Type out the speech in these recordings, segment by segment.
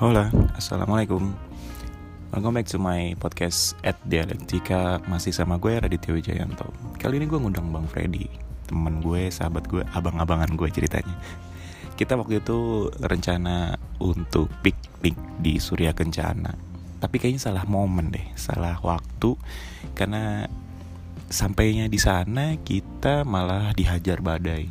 Hola, Assalamualaikum Welcome back to my podcast at Dialektika Masih sama gue Raditya Wijayanto Kali ini gue ngundang Bang Freddy Temen gue, sahabat gue, abang-abangan gue ceritanya Kita waktu itu rencana untuk piknik di Surya Kencana Tapi kayaknya salah momen deh, salah waktu Karena sampainya di sana kita malah dihajar badai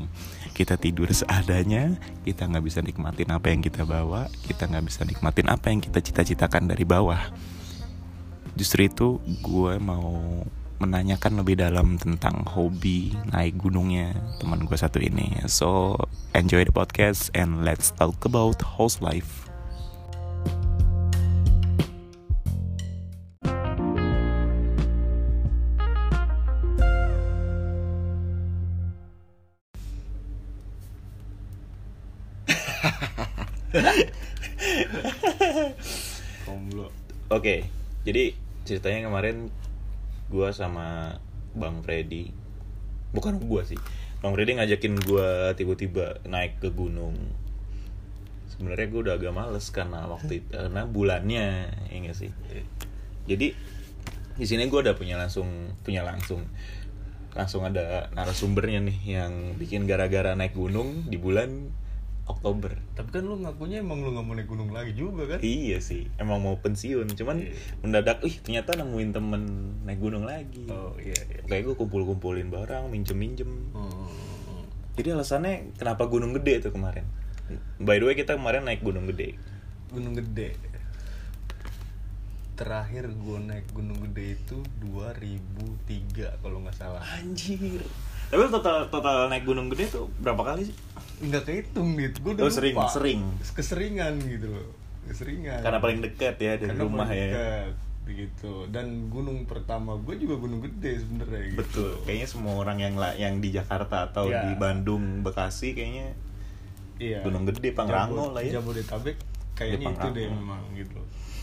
kita tidur seadanya, kita nggak bisa nikmatin apa yang kita bawa, kita nggak bisa nikmatin apa yang kita cita-citakan dari bawah. Justru itu gue mau menanyakan lebih dalam tentang hobi naik gunungnya teman gue satu ini. So enjoy the podcast and let's talk about house life. Komblo. Oke, jadi ceritanya kemarin gue sama Bang Freddy, bukan gue sih, Bang Freddy ngajakin gue tiba-tiba naik ke gunung. Sebenarnya gue udah agak males karena waktu itu, karena bulannya, ya nggak sih. Jadi di sini gue udah punya langsung, punya langsung, langsung ada narasumbernya nih yang bikin gara-gara naik gunung di bulan Oktober. Tapi kan lu ngakunya emang lu nggak mau naik gunung lagi juga kan? Iya sih, emang mau pensiun, cuman Iya. mendadak, ih ternyata nemuin temen naik gunung lagi. Oh iya iya. Kayak gue kumpul-kumpulin barang, minjem-minjem. Hmm. Jadi alasannya kenapa gunung gede tuh kemarin? By the way kita kemarin naik gunung gede. Gunung gede. Terakhir gue naik gunung gede itu 2003 kalau nggak salah. Anjir. Tapi lu total total naik gunung gede tuh berapa kali sih? Nggak kehitung nih, gue Oh, udah sering, lupa. sering. Keseringan gitu loh, keseringan. Karena paling dekat ya dari Eh. Karena rumah paling ya. dekat, Begitu. Dan gunung pertama gue juga gunung gede sebenernya. Gitu. Betul. Kayaknya semua orang yang la- yang di Jakarta atau Iya. di Bandung, Bekasi kayaknya Iya. Gunung Gede, Pangrango Jabo- lah ya. Jabodetabek kayaknya itu Pangrango. deh memang gitu.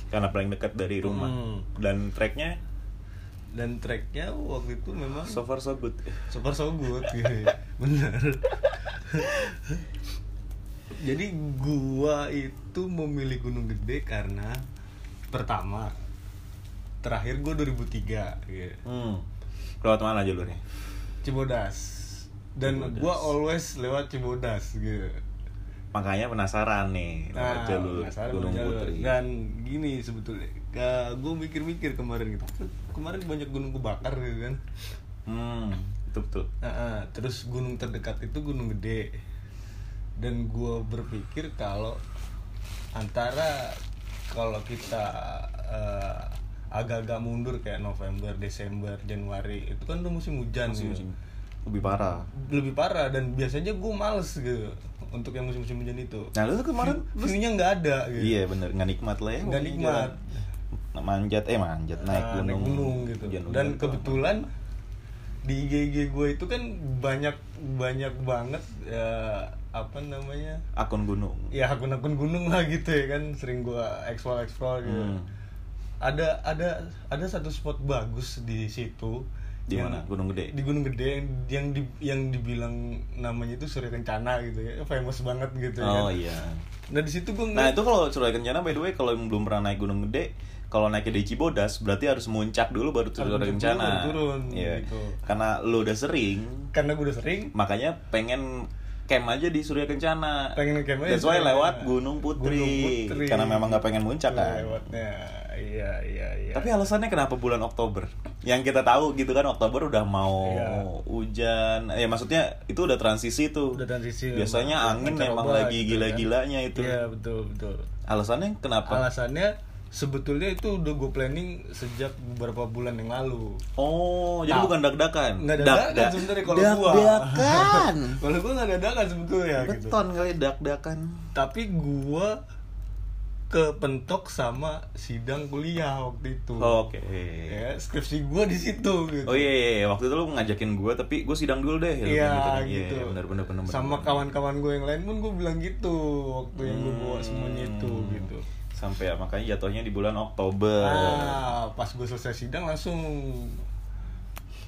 karena paling dekat dari rumah. Hmm. Dan treknya Dan tracknya waktu itu memang so far so good. super so good gitu ya. bener jadi gua itu memilih gunung gede karena pertama terakhir gua 2003 gitu. Hmm. Lewat mana jalurnya? Cibodas dan Cibodas. gua always lewat Cibodas gitu Nah, Makanya penasaran nih lewat jalur Ah, penasaran Nah, Gunung jalur. Putri. dan gini sebetulnya gue mikir-mikir kemarin gitu kemarin banyak gunung kebakar gitu kan Hmm, betul betul. Ah, ah. terus gunung terdekat itu gunung gede dan gua berpikir kalau antara kalau kita eh, agak-agak mundur kayak November, Desember, Januari itu kan udah musim hujan gitu. Lebih parah. lebih parah dan biasanya gue males gitu untuk yang musim-musim hujan itu Nah, lu tuh kemarin view-nya nggak ada gitu Iya bener, nggak nikmat lah ya Nggak pokoknya nikmat. jalan. Nah, manjat, eh manjat, naik Nah, gunung, gitu hujan-hujan dan tuh. kebetulan di IG gue itu kan banyak banyak banget ya, apa namanya Akun gunung ya akun-akun gunung lah gitu ya kan sering gue explore explore gitu Hmm. ada ada ada satu spot bagus di situ Di yang- mana? Gunung Gede? di Gunung Gede yang yang, di, yang dibilang namanya itu Surya Kencana gitu ya famous banget gitu ya Oh kan. iya nah di situ gue Nah itu kalau Surya Kencana by the way kalau yang belum pernah naik gunung gede kalau naiknya di Cibodas berarti harus muncak dulu baru Harus Surya muncak dulu, Kencana. baru turun, Iya. gitu. Karena lu udah sering, karena gue udah sering makanya pengen camp aja di Surya Kencana. pengen camp aja That's why Surya lewat Kencana. Gunung Putri. Gunung Putri. Karena memang nggak pengen muncak kan. lewatnya iya iya iya Tapi alasannya kenapa bulan Oktober? Yang kita tahu gitu kan Oktober udah mau Iya. hujan. Ya maksudnya itu udah transisi tuh. udah transisi Biasanya memang. angin Pancaroba memang lagi gitu gila-gilanya kan. itu. iya betul betul Alasannya kenapa? alasannya sebetulnya itu udah gue planning sejak beberapa bulan yang lalu Oh, jadi Nah. bukan dag-dagan. nggak dadakan sebenarnya kalau gua Dag-dagan. kalau gua nggak dadakan sebetulnya gitu Beton kali dag-dagan. tapi gua kepentok sama sidang kuliah waktu itu Oke. ya skripsi gua di situ gitu Oh iya, iya, iya. waktu itu lu ngajakin gue tapi gue sidang dulu deh. Ya, Iya kan. Iya, gitu. iya, bener, bener, bener, bener. Sama kawan-kawan gue yang lain pun gue bilang gitu waktu yang gue bawa semuanya itu gitu. sampai ya, makanya jatuhnya di bulan Eh. Oktober. Ah, pas gue selesai sidang langsung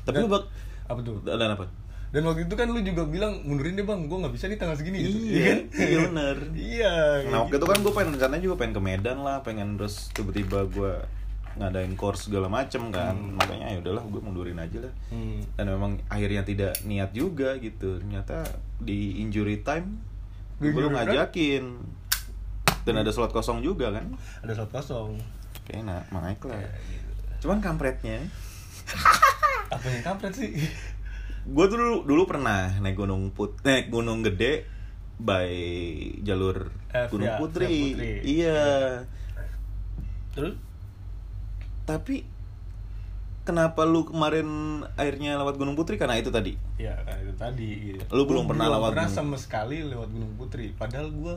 tapi lu bak apa tuh? dan apa? dan waktu itu kan lu juga bilang mundurin deh bang gue nggak bisa nih tanggal segini gitu iya kan iya bener iya nah waktu itu kan gue pengen rencananya juga pengen ke Medan lah pengen terus tiba-tiba gue ngadain course segala macem kan makanya ya udahlah gue mundurin aja lah Hmm. dan memang akhirnya tidak niat juga gitu ternyata di injury time Di gue belum injury time? ngajakin dan ada slot kosong juga kan ada slot kosong enak makanya lah Iya, cuman kampretnya apa yang kampret sih gue tuh dulu, dulu pernah naik gunung put naik gunung gede by jalur F, gunung ya, putri. F Putri. iya terus tapi kenapa lu kemarin airnya lewat gunung putri karena itu tadi ya kan itu tadi gitu. Lu belum Gua pernah lewat pernah gunung. sama sekali lewat gunung putri padahal gue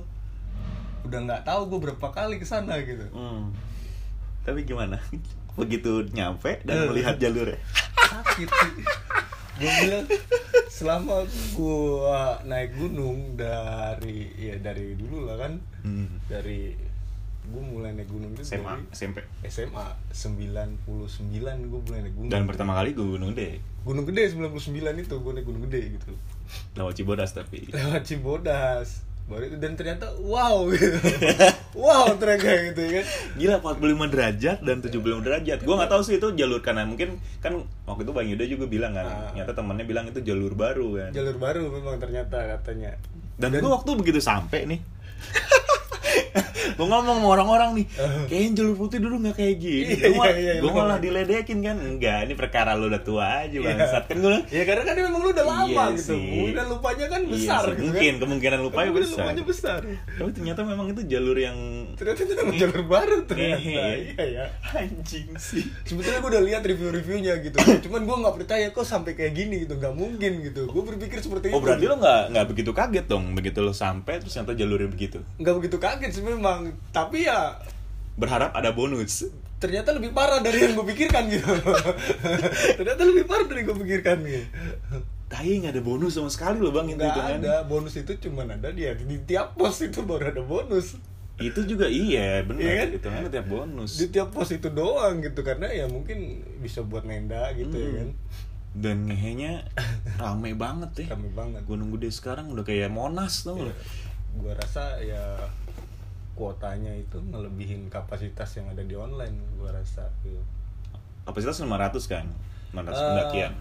udah nggak tahu gue berapa kali ke sana gitu Hmm. tapi gimana begitu nyampe Eh. dan melihat jalurnya sakit gue bilang selama gua naik gunung dari ya dari dulu lah kan hmm. dari gue mulai naik gunung itu dari SMP SMA 99 gue mulai naik gunung pertama kali gue gunung gede gunung gede 99 itu gue naik gunung gede gitu lewat Cibodas tapi lewat Cibodas baru itu dan ternyata wow gitu wow ternyata gitu ya kan Gila 45 derajat dan 75 derajat. Gua nggak tahu sih itu jalur kanan. Mungkin kan waktu itu Bang Yuda juga bilang kan. Ah. Ternyata temannya bilang itu jalur baru kan. jalur baru memang ternyata katanya Dan, gua waktu begitu sampai nih. gua ngomong sama orang-orang nih, kayaknya jalur putih dulu nggak kayak gini. Ah. Iya, Gua, mal- iya, iya, gua lu malah ngomong. diledekin kan. Enggak, ini perkara lu udah tua aja bangsat. Kan gua ya karena kan memang lu udah lama Iya gitu sih. udah lupanya kan Iya besar sih, gitu mungkin kan kemungkinan lupanya Kemungkinan besar. lupanya besar Tapi ternyata memang itu jalur yang ternyata itu memang jalur baru ternyata Ngehe. iya ya anjing sih. sebetulnya gue udah lihat review-reviewnya gitu cuman gue nggak percaya kok sampai kayak gini gitu nggak mungkin gitu gue berpikir seperti Oh itu berarti lo nggak nggak begitu kaget dong begitu lo sampai terus ternyata jalurnya begitu. nggak begitu kaget sih memang tapi ya Berharap ada bonus. ternyata lebih parah dari yang gue pikirkan gitu ternyata lebih parah dari yang gue pikirkan gitu Tapi nggak ada bonus sama sekali lo bang itu nggak kan. ada bonus itu cuman ada di, di tiap pos itu baru ada bonus Itu juga iya benar. Iya kan? Itu kan tiap bonus. di tiap pos itu doang gitu karena ya mungkin bisa buat nenda gitu ya kan Dan ngehenya rame banget ya. kami banget Gunung Gede sekarang udah kayak Monas tuh lo. gue rasa ya kuotanya itu ngelebihin kapasitas yang ada di online gue rasa gitu. Kapasitas 500 kan, 500 Eh, pendakian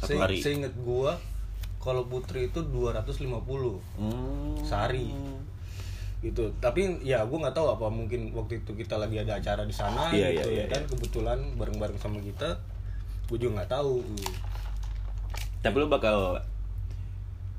satu se- hari. seinget gue kalau putri itu 250 Hmm. sehari gitu tapi ya gue nggak tahu apa mungkin waktu itu kita lagi ada acara di sana Iya, gitu iya, iya, ya kan kebetulan bareng-bareng sama kita gue juga nggak tahu Tapi lo bakal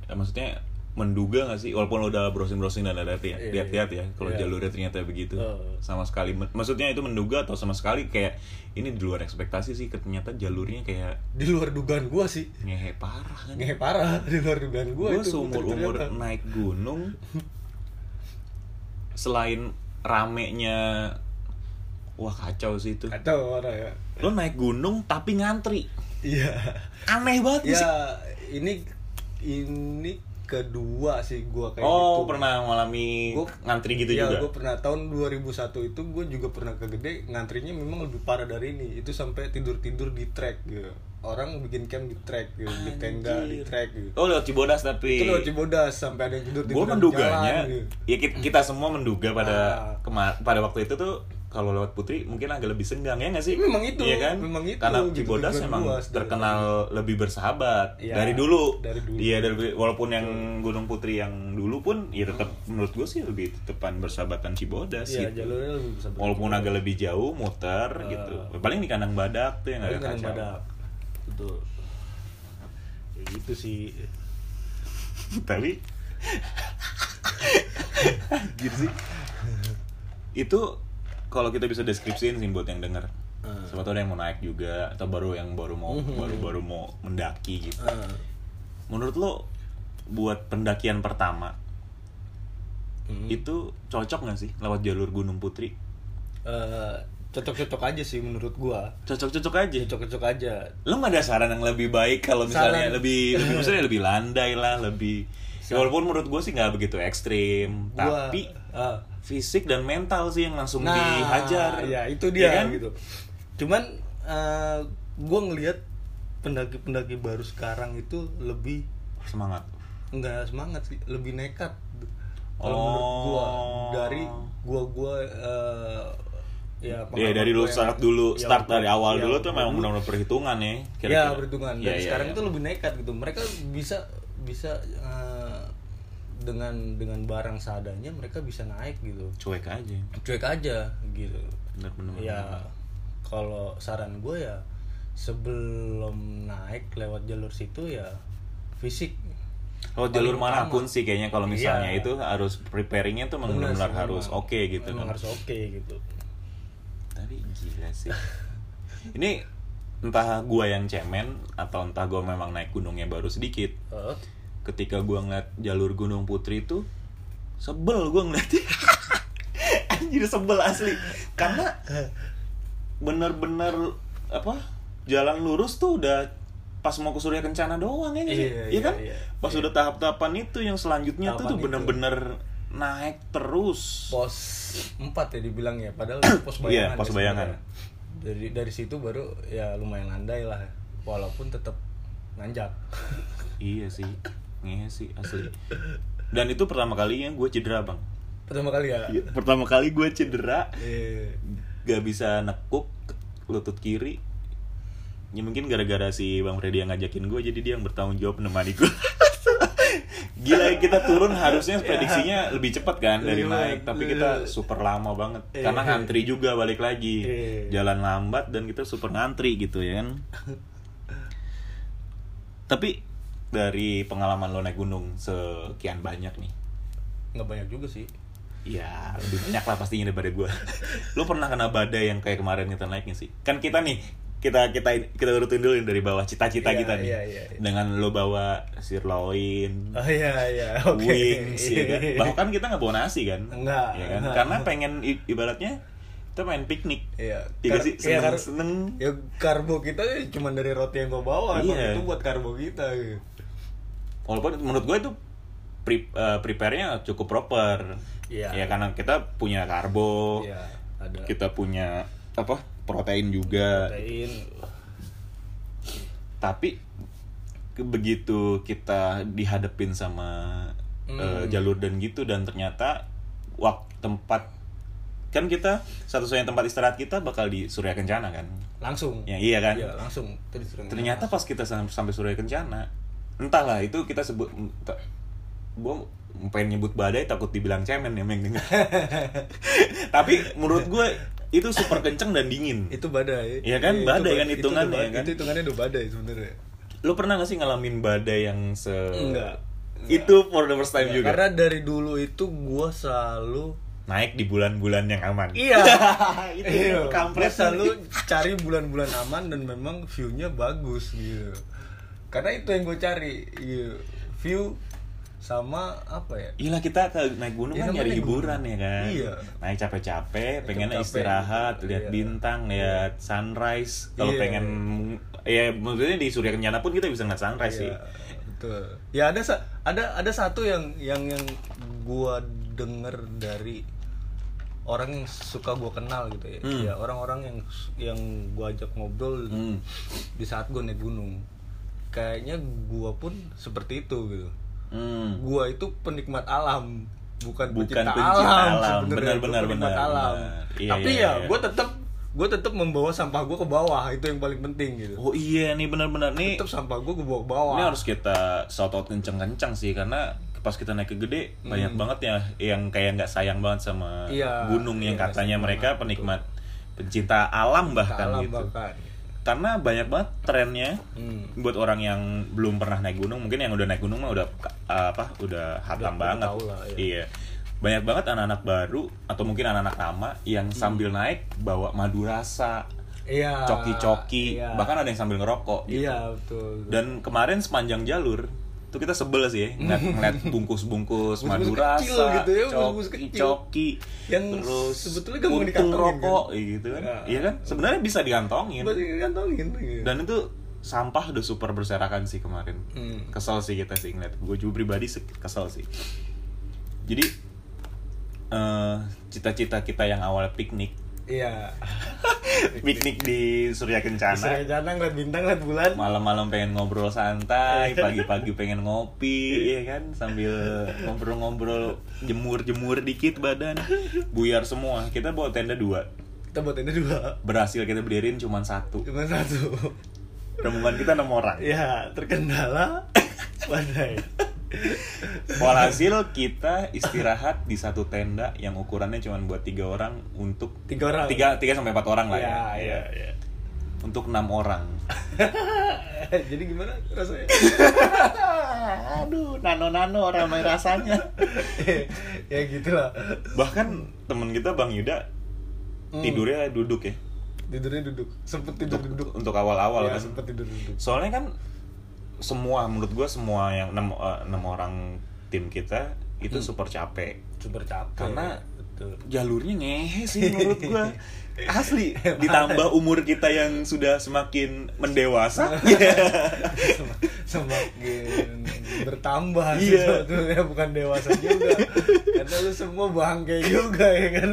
ya, maksudnya menduga gak sih walaupun lo udah browsing browsing dan lihat ya Iya, lihat-lihat ya kalau iya. Oh. jalurnya ternyata begitu Heeh. sama sekali men- maksudnya itu menduga atau sama sekali kayak ini di luar ekspektasi sih ternyata jalurnya kayak di luar dugaan gue sih ngehe parah kan ngehe parah di luar dugaan gue gue itu gitu, seumur umur ternyata. naik gunung selain ramenya wah kacau sih itu kacau parah ya lo naik gunung tapi ngantri iya aneh banget gak ya sih ini ini kedua sih gue kayak oh gitu pernah mengalami Gua- ngantri gitu ya, juga gue pernah tahun 2001 itu gue juga pernah ke gede ngantrinya memang lebih parah dari ini itu sampai tidur tidur di trek gitu orang bikin camp di trek gitu di tenda di trek gitu Oh lewat Cibodas tapi itu lewat Cibodas sampai ada yang tidur tidur Gue menduganya Ya kita, kita semua menduga pada gitu. Ah. kema- pada waktu itu tuh kalau lewat Putri mungkin agak lebih senggang ya nggak sih? Memang itu, Iya kan? memang itu, Karena gitu, Cibodas tujuan memang gua sebenarnya. terkenal lebih bersahabat Iya, dari dulu. dari dulu. Iya dari walaupun yang Gunung Putri yang dulu pun ya tetap Hmm. menurut gue sih lebih tepan bersahabatan Cibodas ya gitu. jalurnya lebih bisa ber- Walaupun agak lebih jauh muter gitu. Paling di kandang badak tuh yang Tapi agak kadang kacau. Eh. badak betul ya gitu sih tapi anjir Gitu sih itu kalau kita bisa deskripsiin sih buat yang denger Eh. siapa tahu ada yang mau naik juga atau baru yang baru mau baru baru mau mendaki gitu Hmm. Eh, menurut lo buat pendakian pertama Mhm. itu cocok nggak sih lewat jalur Gunung Putri eh, cocok-cocok aja sih menurut gua cocok-cocok aja cocok-cocok aja lo nggak ada saran yang lebih baik kalau misalnya Saran. lebih lebih misalnya lebih landai lah lebih ya, walaupun menurut gue sih nggak begitu ekstrim Gua- tapi eh. fisik dan mental sih yang langsung dihajar ya itu dia Iya kan? gitu cuman eh, gua ngelihat pendaki-pendaki baru sekarang itu lebih semangat nggak semangat sih lebih nekat kalau menurut gua Oh. dari gua gua eh, ya Iya dari lu pengalaman gua yang- start dulu, ya, start dari awal ya, dulu tuh memang dulu. benar-benar Iya, perhitungan ya. ya perhitungan dan sekarang itu lebih nekat gitu mereka bisa bisa eh, dengan dengan barang seadanya mereka bisa naik gitu cuek aja. cuek aja gitu Benar-benar. ya kalau saran gue ya sebelum naik lewat jalur situ ya fisik Kalau Oh, jalur Paling manapun utama. sih kayaknya kalau misalnya Iya. itu harus preparingnya tuh Bener benar-benar sih, harus memang. oke gitu Memang kan. harus oke gitu Tapi gila sih. Ini entah gua yang cemen atau entah gua memang naik gunungnya baru sedikit. Heeh. Ketika gua ngeliat jalur Gunung Putri itu sebel gua ngeliatnya. Anjir sebel asli. Karena bener-bener apa jalan lurus tuh udah pas mau ke Surya Kencana doang ya, nggak sih? Iya, Iya iya, kan? iya. Pas udah tahap-tahapan itu yang selanjutnya Tahapan tuh tuh itu. bener-bener naik terus. pos 4 ya dibilang ya padahal itu pos bayangan Iya, ya pos bayangan. sebenarnya. dari dari situ baru ya lumayan landai lah walaupun tetap nanjak Iya sih, iya sih asli. Dan itu pertama kalinya gue cedera bang. pertama kali ya Iya, Pertama kali gue cedera, Eh, gak bisa nekuk lutut kiri. Ya mungkin gara-gara si Bang Freddy yang ngajakin gue jadi dia yang bertanggung jawab menemani gue. Gila kita turun harusnya Iya. prediksinya lebih cepat kan dari Lebih naik, cepat. tapi kita super lama banget Iya. karena ngantri juga balik lagi. Iya. Jalan lambat dan kita super ngantri gitu ya kan. tapi dari pengalaman lo naik gunung sekian banyak nih. nggak banyak juga sih Ya, lebih banyak lah pastinya daripada gue. Lo pernah kena badai yang kayak kemarin kita naiknya sih? Kan kita nih, kita kita kita urutin dulu yang dari bawah cita-cita Iya, kita nih. iya, iya, iya. Dengan lo bawa sirloin, oh iya iya oke wings, ya kan? Bahkan kita nggak bawa nasi kan? Enggak, Ya kan? enggak. Karena pengen i- ibaratnya kita main piknik. Iya. Iya Kar- sih? iya, kar- Seneng-seneng. Ya karbo kita ya cuma dari roti yang gua bawa, emang Iya. itu buat karbo kita. gitu. Walaupun menurut gue itu pre, eh, prepare-nya cukup proper. Iya. Ya karena kita punya karbo, Iya, ada Oh, kita punya apa? Protein juga. protein. tapi ke- begitu kita dihadapin sama eh, jalur dan gitu dan ternyata waktu tempat kan kita satu-satunya tempat istirahat kita bakal di Surya Kencana kan Langsung. ya iya kan Iya, langsung. Terus terang. ternyata pas kita sam- sampai Surya Kencana entahlah itu kita sebut ent- gua pengen nyebut badai takut dibilang cemen ya Meng. tapi menurut gue itu super kenceng dan dingin itu badai. Iya kan, Iya, badai itu kan ba- itu hitungannya, udah ba- kan? Itu hitungannya udah badai sebenarnya. lo pernah gak sih ngalamin badai yang se Enggak. itu for the first time Iya, juga Karena dari dulu itu gua selalu naik di bulan-bulan yang aman Iya. itu Iya. kampret Gua selalu cari bulan-bulan aman dan memang view-nya bagus gitu. Karena itu yang gue cari, gitu. view sama apa ya? Gila kita ke naik gunung Iya, kan namanya nyari naik hiburan gunung. ya kan Iya. Naik capek-capek, pengen capek. istirahat, lihat Iya. bintang, lihat sunrise Kalau Iya. pengen, ya maksudnya di Surya Kencana pun kita bisa ngeliat sunrise sih Iya, betul. Ya ada sa- ada ada satu yang yang yang gua denger dari orang yang suka gua kenal gitu ya. Hmm. Ya, orang-orang yang yang gua ajak ngobrol Hmm. di saat gua naik gunung. Kayaknya gua pun seperti itu gitu. Hmm. Gua itu penikmat alam, bukan, Bukan pecinta, pencinta alam. alam. sebenarnya. Benar, Gua benar, penikmat benar, alam. benar. Iya, Tapi iya, ya iya. gua tetap gua tetap membawa sampah gua ke bawah, itu yang paling penting gitu. Oh iya nih benar-benar nih Tetap sampah gua gua bawa ke bawah. Ini harus kita shout out kenceng-kenceng sih karena pas kita naik ke gede banyak banget ya yang kayak nggak sayang banget sama Hmm. Iya, gunung yang iya, katanya sayang mereka banget, penikmat pencinta alam bahkan alam gitu. bahkan. Karena banyak banget trennya Hmm. buat orang yang belum pernah naik gunung, mungkin yang udah naik gunung mah udah apa? Udah hatam Udah- udah banget. tahu lah, iya. Iya. Banyak banget anak-anak baru atau mungkin anak-anak lama yang Hmm. sambil naik bawa madu rasa, Iya. coki-coki, Iya. bahkan ada yang sambil ngerokok. gitu. Iya betul. Dan kemarin sepanjang jalur itu kita sebel sih ya, ngeliat, ngeliat bungkus-bungkus Bungkus-bungkus madu kecil rasa, gitu ya, bungkus-bungkus coki, kecil. coki, Yang terus sebetulnya gampang puntung dikantongin, rokok kan? gitu kan, Ya. iya kan? Sebenarnya bisa digantongin. Berarti kantongin. gitu. Dan itu sampah udah super berserakan sih kemarin. Hmm. Kesel sih kita sih ngeliat. Gue juga pribadi se- kesel sih. Jadi eh, cita-cita kita yang awalnya piknik Iya. piknik di Surya Saya Kencana jangan ngeliat bintang, ngeliat bulan. malam-malam pengen ngobrol Iya. santai pagi-pagi pengen ngopi ya kan sambil ngobrol-ngobrol jemur-jemur dikit badan buyar semua kita bawa tenda dua Kita buat tenda dua. berhasil kita berdiriin cuma satu Cuma satu. rombongan kita enam orang Ya, terkendala badai. Walhasil kita istirahat di satu tenda yang ukurannya cuma buat tiga orang untuk Tiga orang. tiga tiga sampai empat orang lah ya, Iya, iya, iya. untuk enam orang. Eh, Jadi gimana rasanya? Aduh, nano nano ramai rasanya. ya gitu lah. Bahkan temen kita Bang Yuda Hmm. tidurnya duduk ya Tidurnya duduk. Sempet tidur duduk. untuk awal-awal Ya, kan. sempet tidur duduk. Soalnya kan semua menurut gua semua yang enam eh, enam orang tim kita itu super capek. Super capek. Karena- betul. jalurnya ngehe sih menurut gua asli ditambah umur kita yang sudah semakin mendewasa Iya. Sem- semakin bertambah sih Iya. sebetulnya bukan dewasa juga karena lu semua bangke juga ya kan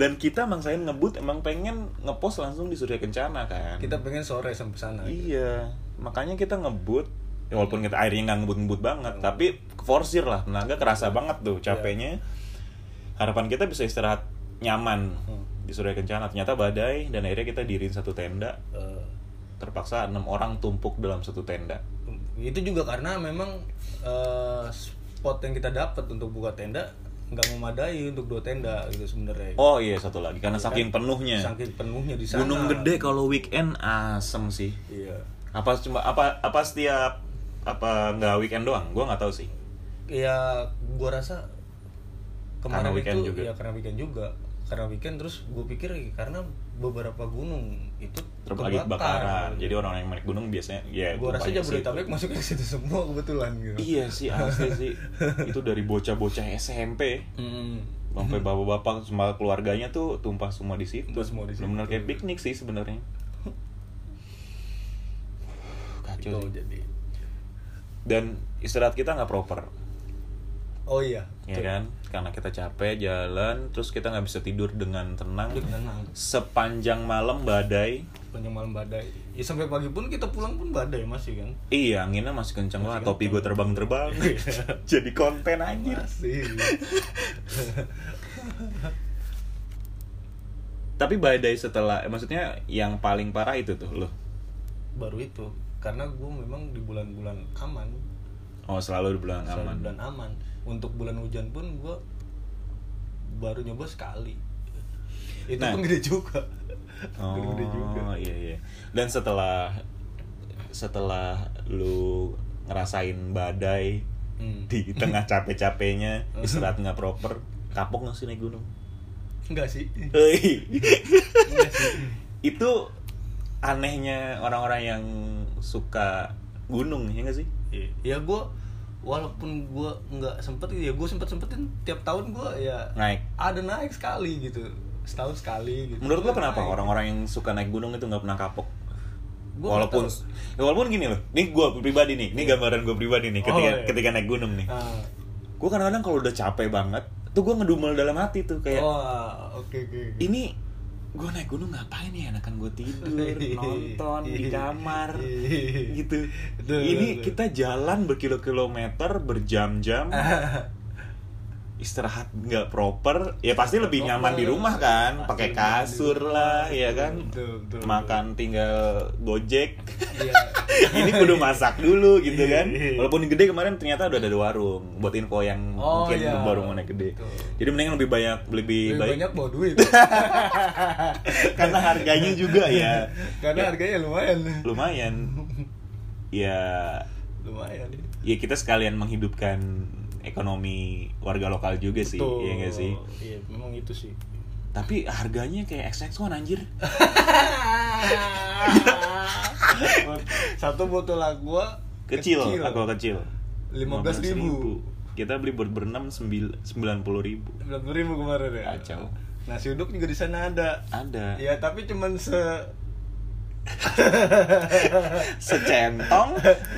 dan kita emang saya ngebut emang pengen ngepost langsung di Surya Kencana kan kita pengen sore sampai sana Gitu. iya makanya kita ngebut ya walaupun kita akhirnya nggak ngebut-ngebut banget tapi forsir lah tenaga kerasa banget Iya. tuh capeknya harapan kita bisa istirahat nyaman Hmm. di Surya Kencana ternyata badai dan akhirnya kita diriin satu tenda Eh, terpaksa enam orang tumpuk dalam satu tenda itu juga karena memang eh, spot yang kita dapat untuk buka tenda nggak memadai untuk dua tenda gitu sebenarnya Oh iya satu lagi karena saking penuhnya. kan? saking penuhnya di sana Gunung Gede kalau weekend asem sih. iya Apa cuma apa apa setiap apa nggak weekend doang? Gua nggak tahu sih. ya gua rasa Karena kemarin weekend itu juga. ya karena weekend juga karena weekend terus gue pikir ya, karena beberapa gunung itu Terbagi kebakaran. Jadi orang yang naik gunung biasanya ya gue rasa banyak sih. Jabodetabek masuk ke situ semua kebetulan gitu Iya sih asli sih. Itu dari bocah-bocah SMP Hmm. sampai bapak-bapak semua keluarganya tuh tumpah semua di situ. Tumpah semua di situ. Benar-benar kayak piknik sih sebenarnya. Itu Kacau sih. jadi Dan istirahat kita nggak proper. oh iya ya kan karena kita capek jalan terus kita nggak bisa tidur dengan tenang tenang sepanjang malam badai panjang malam badai ya sampai pagi pun kita pulang pun badai masih kan iya anginnya masih kenceng banget topi gue terbang terbang Iya. jadi konten anjir masih tapi badai setelah eh, maksudnya yang paling parah itu tuh loh baru itu karena gue memang di bulan-bulan aman oh selalu di bulan selalu aman bulan aman untuk bulan hujan pun gue baru nyoba sekali itu Nah. pun gede juga oh gede juga iya iya dan setelah setelah lu ngerasain badai Hmm. di tengah capek-capeknya istirahat nggak proper kapok nggak sih naik gunung enggak sih Hei. itu anehnya orang-orang yang suka gunung ya nggak sih ya gue walaupun gue nggak sempet ya gue sempet sempetin tiap tahun gue ya naik ada naik sekali gitu setahun sekali gitu menurut lo kenapa Naik. orang-orang yang suka naik gunung itu nggak pernah kapok Gua walaupun nggak Iya. ya, walaupun gini loh ini gue pribadi nih ini gambaran gue pribadi nih ketika Oh, iya. ketika naik gunung nih Ah. gue kadang-kadang kalau udah capek banget tuh gue ngedumel dalam hati tuh kayak Oh. wah oke oke oke. ini gue naik gunung ngapain ya enakan gue tidur Iya. nonton di kamar gitu Betul, ini betul. kita jalan berkilo-kilometer berjam-jam Ah. istirahat nggak proper ya pasti lebih Proper. nyaman di rumah kan Pasti pakai lebih nyaman di kasur rumah. lah ya kan Betul, betul, betul. makan tinggal gojek Iya. ini kudu masak dulu gitu kan Iya. walaupun gede kemarin ternyata udah ada warung buat info yang Oh, mungkin iya. baru mau naik gede Betul. jadi mendingan lebih banyak lebih, lebih baik banyak bawa duit karena harganya juga ya karena harganya lumayan lumayan ya lumayan ya iya. kita sekalian menghidupkan ekonomi warga lokal juga sih Betul. iya nggak sih iya memang itu sih tapi harganya kayak XX1 anjir satu botol aqua kecil, aku kecil lima belas ribu kita beli buat berenam sembilan puluh ribu enam ribu kemarin ya Kacau. Nah. nasi uduk juga di sana ada ada ya tapi cuman se secentong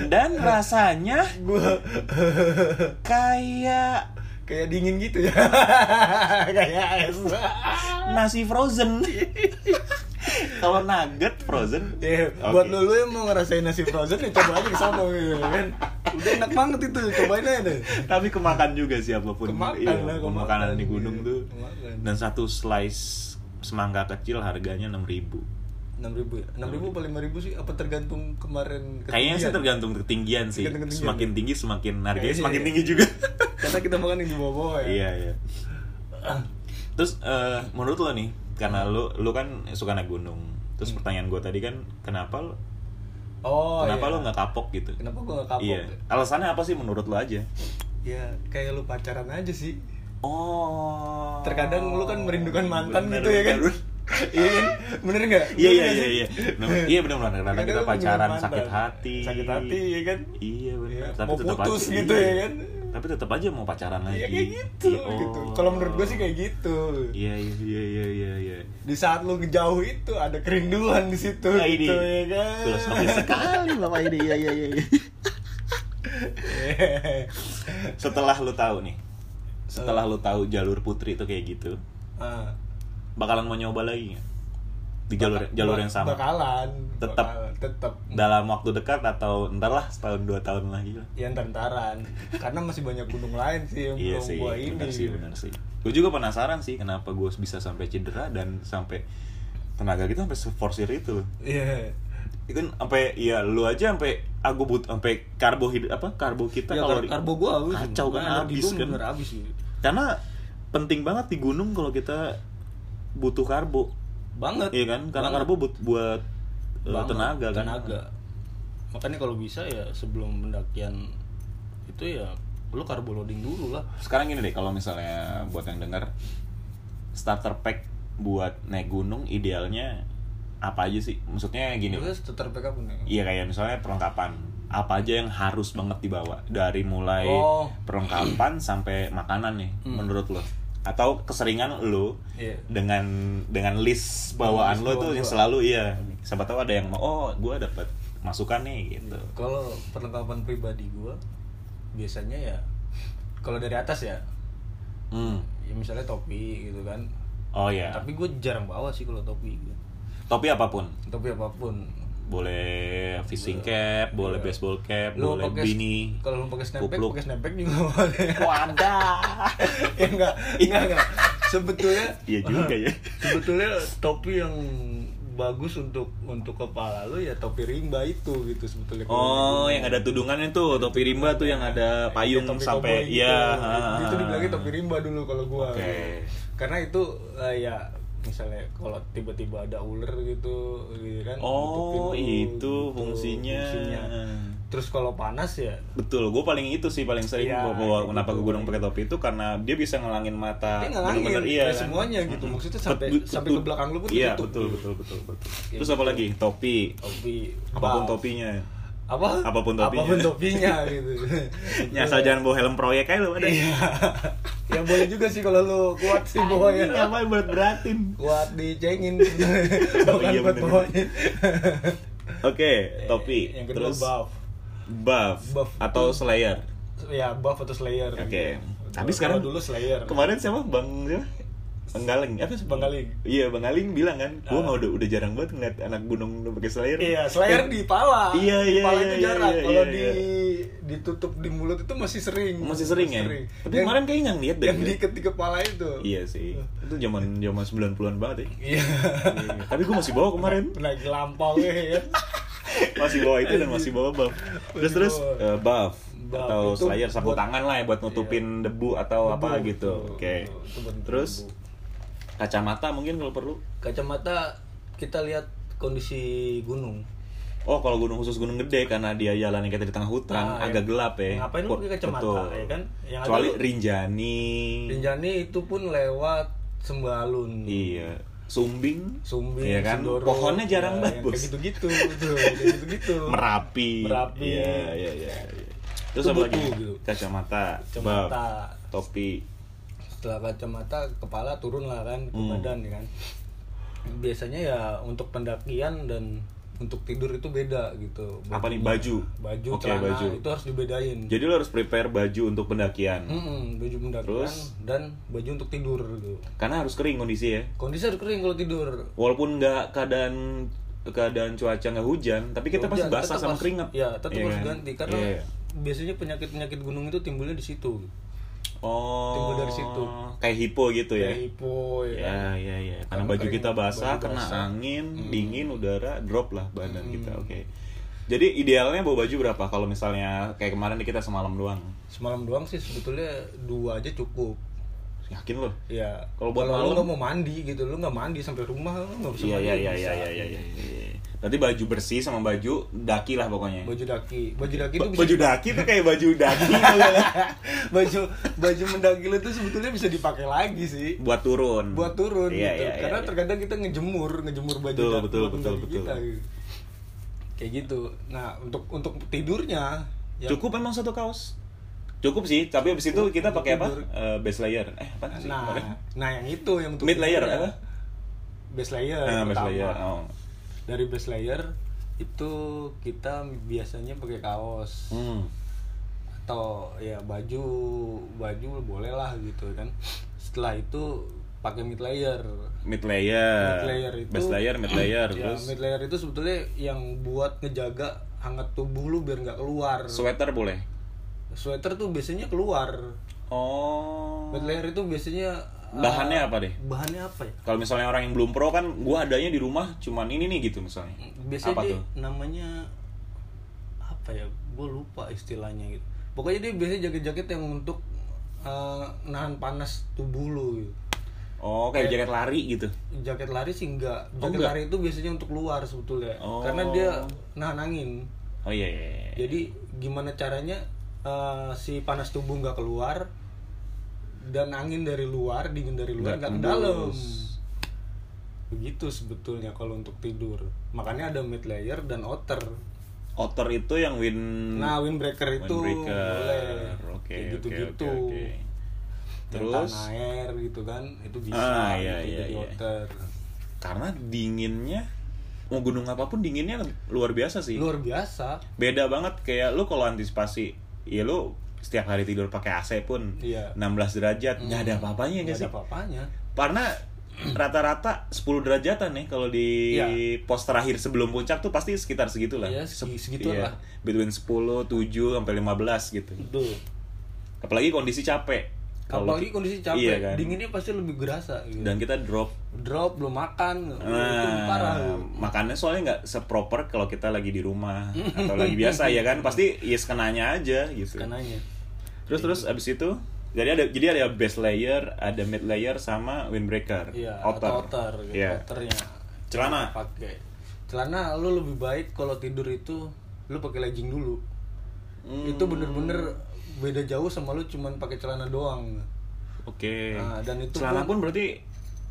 dan rasanya gua kayak kayak dingin gitu ya kayak es Nasi frozen. Kalau nugget frozen. Ya, Oke. buat lu lu yang mau ngerasain nasi frozen ya coba aja ke sono gitu kan. Udah enak banget itu, cobain aja deh. Tapi kemakan juga sih apapun. Kemakan Iya, lah, kemakan. pemakanan di gunung Iya, tuh. kemakan. Dan satu slice semangka kecil harganya 6000 Enam ribu ya, enam ribu apa lima ribu sih? Apa tergantung kemarin? Kayaknya sih ketinggian? tergantung ketinggian sih. Tergantung ketinggian. Semakin tinggi semakin harganya Iya, semakin iya. tinggi juga. Karena kita makan yang di bawah ya. Iya iya. Terus eh, menurut lo nih, karena lo lo kan suka naik gunung. Terus pertanyaan gue tadi kan kenapa lo Hmm. Oh. kenapa iya. lo nggak kapok gitu? Kenapa gua nggak kapok? Iya. Alasannya apa sih menurut lo aja? Ya kayak lu pacaran aja sih. Oh. Terkadang lu kan merindukan mantan Bener, gitu ya kan? bener. Iya kan? Bener nggak? Iya iya Bener iya nggak sih? iya. Bener- Iya benar benar karena Kadang kita lu pacaran merindukan sakit mantan. hati. Sakit hati ya kan? Iya benar. Iya, Tapi mau tetap putus aja- gitu iya. ya kan? Tapi tetap aja mau pacaran lagi. Iya kayak gitu, Iya, gitu. oh. Kalau menurut gue sih kayak gitu. Iya iya iya iya iya. iya. Di saat lu jauh itu ada kerinduan di situ Nah, ini. gitu ya kan. Filosofis sekali bapak ini. Iya iya iya. Setelah lu tahu Eh. nih, setelah lu tahu jalur putri itu kayak gitu, Ah, bakalan mau nyoba lagi nggak? Di jalur jalur yang sama. Bakalan. Tetap. bakalan, tetap Dalam waktu dekat atau entar lah setahun dua tahun lagi lah. yang tentaran Ya, karena masih banyak gunung lain sih yang Iya belum sih, gua ini benar sih, benar sih. Gue juga penasaran sih kenapa gue bisa sampai cedera dan sampai tenaga kita sampai seforsir itu. iya Itu kan sampai ya lu aja sampai aku but sampai karbohidrat apa karbo kita ya, kalau kar di- karbo gua habis kacau kan Energi habis gua kan. bener habis sih Karena penting banget di gunung kalau kita butuh karbo. banget Iya kan? Karena Banget. karbo buat buat eh, Banget, tenaga kan. tenaga makanya kalau bisa ya sebelum pendakian itu ya lu carbo loading dulu lah Sekarang gini deh kalau misalnya buat yang dengar starter pack buat naik gunung idealnya apa aja sih? Maksudnya gini. terus tetap backup nih Iya kayak misalnya perlengkapan apa aja yang harus banget dibawa dari mulai Oh. Hmm. perlengkapan sampai makanan nih menurut lo atau keseringan lo Iya. dengan dengan list bawaan List lo bawaan tuh yang gua. selalu iya siapa tahu ada yang mau oh gue dapat masukan nih gitu kalau perlengkapan pribadi gua biasanya ya kalau dari atas ya Hmm. ya misalnya topi gitu kan oh ya tapi gue jarang bawa sih kalau topi gitu. topi apapun topi apapun boleh fishing cap boleh baseball cap Iya. lu boleh pakai beanie kalau lu pakai snapback kupluk. pakai snapback juga boleh wadah ya enggak enggak enggak sebetulnya iya juga ya sebetulnya topi yang bagus untuk untuk kepala lu ya topi rimba itu gitu sebetulnya Oh, yang ada tudungannya tuh, topi rimba tuh yang ada payung Topi sampai cowboy iya. ha, gitu. ha, Iya, itu dibilangnya ha. topi rimba dulu kalau gua Oke. karena itu eh, ya misalnya kalau tiba-tiba ada ular gitu gitu kan nutupin Oh, lu, itu gitu, fungsinya. terus kalau panas ya Betul, gue paling itu sih paling sering Iya, bawa, bawa kayak kenapa gitu. gue gunung pakai topi itu karena dia bisa ngelangin mata. Dia ngelangin, bener-bener, iya kan? kayak semuanya gitu. Mm-mm. Maksudnya sampai- Betul, sampai betul. ke belakang lu pun Iya. Iya, ketutup. betul, betul, betul, betul. Kayak Terus apa lagi? Topi. topi Apapun bau. topinya. Iya. apa Apapun topinya. apapun topinya gitu Nyasar jangan bawa helm proyek aja lu ada. Iya. ya boleh juga sih kalau lu kuat sih Ini bawahnya. ngapain berat beratin? Kuat dicengin. Oh, Bukan iya, buat bener. bawahnya. Oke, topi. Yang kedua Terus buff. buff. Buff. atau slayer. Ya buff atau slayer. Oke. Gitu. Tapi sekarang Kalau dulu slayer. Kemarin siapa Bang siapa? Banggaling. Apa sih Bang Galing. Iya, Banggaling bilang kan, gua Ah. mau udah udah jarang banget ngeliat anak gunung udah pakai slayer. Iya, slayer di pala. Iya, Di iya, pala iya, itu iya, jarang. iya, iya, Kalau di iya. ditutup di mulut itu masih sering. Masih sering ya? Tapi Yang- kemarin kayaknya nggak ngeliat deh. yang diikat di kepala itu. Iya sih. Itu zaman zaman 90-an banget ya. Iya. Iya. Tapi gua masih bawa kemarin. Naik lampau ya. Masih bawa itu dan masih bawa buff. Terus terus bawa. eh, buff Buff atau itu slayer sapu buat- Iya. tangan lah ya buat nutupin debu atau apa Debu, gitu. betul, Oke. betul. Itu bentuk Terus debu. kacamata mungkin kalau perlu. kacamata kita lihat kondisi gunung Oh, kalau gunung khusus gunung gede karena dia jalannya kita di tengah hutan, Nah, agak ya. gelap ya. Ngapain lu Kut- pakai kacamata, betul. ya kan? Yang ada Kecuali lu- Rinjani. Rinjani itu pun lewat sembalun. Iya. Sumbing. Sumbing, Iya kan? Sindoro, Pohonnya jarang ya, banget, yang Bos. Kayak gitu-gitu, betul, kayak gitu-gitu. Merapi. Merapi. Iya, iya, iya. iya. Terus Itu apa lagi? butuh, gitu. Kacamata, Kacamata. bab, topi. Setelah kacamata kepala Hmm. turun lah kan ke badan ya kan. Biasanya ya untuk pendakian dan untuk tidur itu beda gitu Apa nih, Bajunya. baju? baju Oke, celana baju. itu Hmm. harus dibedain Jadi lo harus prepare baju untuk pendakian. Mm-mm, baju mendakian Terus? dan baju untuk tidur gitu Karena harus kering kondisi ya. kondisi harus kering kalau tidur Walaupun nggak keadaan keadaan cuaca nggak hujan, tapi kita pasti Hujan, basah tetap sama harus- keringat. ya tetap Iya harus kan? ganti karena Iya, iya. biasanya penyakit penyakit gunung itu timbulnya di situ Oh. timbul dari situ. Kayak hipo gitu ya. Kayak hipo ya kan? Ya, ya, ya. Karena Karena baju kering, kita basah, baju kena basah. Hmm. angin, dingin, udara, drop lah badan kita. Oke. Jadi idealnya bawa baju berapa? Kalau misalnya kayak kemarin nih kita semalam doang. semalam doang sih sebetulnya dua aja cukup Yakin lo? ya Kalau buat lu malam? nggak mau mandi gitu lu nggak mandi sampai rumah lu nggak bisa Iya, mandi iya, iya, bisa. iya, iya, iya. iya. Berarti baju bersih sama baju daki lah pokoknya. baju daki baju daki itu Ba- bisa baju daki tuh kayak baju daki gitu. tau gak lo? baju baju mendaki lu tuh sebetulnya bisa dipakai lagi sih buat turun. buat turun Iya, gitu iya, karena iya. terkadang kita ngejemur ngejemur baju Betul, dak- betul, buat betul, mendaki betul. gitu. kayak gitu nah untuk untuk tidurnya ya Cukup emang satu kaos. Cukup sih, tapi abis itu kita pakai apa? tidur. Eh, base layer. Eh, apa sih? nah Apa? nah yang itu yang untuk Mid layer tidurnya. apa? base layer Nah, base pertama. layer. Oh. dari base layer itu kita biasanya pakai kaos Hmm. atau ya baju baju boleh lah gitu kan setelah itu pakai mid layer mid layer, Mid layer itu- base layer, mid layer, ya, terus mid layer itu sebetulnya yang buat ngejaga hangat tubuh lu biar nggak keluar sweater boleh. sweater tuh biasanya keluar Oh. mid layer itu biasanya Bahannya eh, apa deh? bahannya apa ya Kalau misalnya orang yang belum pro kan, gua adanya di rumah cuman ini nih gitu misalnya. biasanya apa dia tuh? namanya apa ya gue lupa istilahnya gitu pokoknya dia biasanya jaket jaket yang untuk eh, nahan panas tubuh lu gitu. Oh, kayak jaket lari gitu. jaket lari sih enggak jaket Oh, enggak? lari itu biasanya untuk luar sebetulnya Oh. karena dia nahan angin Oh iya. iya, iya. jadi gimana caranya eh, si panas tubuh nggak keluar dan angin dari luar dingin dari luar Nggak nggak ke dalam tembus. begitu sebetulnya kalau untuk tidur makanya ada mid layer dan outer Otter itu yang win Nah, windbreaker itu Hmm. Windbreaker. boleh. Oke, Kayak oke, gitu-gitu. oke, oke. Terus Terus? tanah air gitu kan, itu bisa Ah, iya, gitu, iya, jadi iya. outer. karena dinginnya mau gunung apapun dinginnya luar biasa sih. Luar biasa. Beda banget kayak lu kalau antisipasi, ya lu setiap hari tidur pakai AC pun Iya. 16 derajat nggak ada apa-apanya Nggak nggak ada sih? apa-apanya. karena rata-rata 10 derajatan nih kalau di Iya. pos terakhir sebelum puncak tuh pasti sekitar segitulah. iya. Iya, segi- segituan lah. Between 10, 7 sampai 15 gitu. Betul. Apalagi kondisi capek. Kalau- Apalagi kondisi capek, Iya kan? dinginnya pasti lebih gerasa gitu. Dan kita drop. Drop, belum makan, itu lebih Nah, parah. makannya soalnya nggak seproper kalau kita lagi di rumah atau lagi biasa ya kan pasti ya skenanya aja gitu. Kenanya. Terus terus abis itu jadi ada jadi ada base layer, ada mid layer sama windbreaker, Iya, outer. atau outer, gitu, Iya. outernya. Celana. pakai. Celana lu lebih baik kalau tidur itu lu pakai legging dulu. Hmm. Itu bener-bener beda jauh sama lu cuman pakai celana doang. Oke. Nah, dan itu celana pun, berarti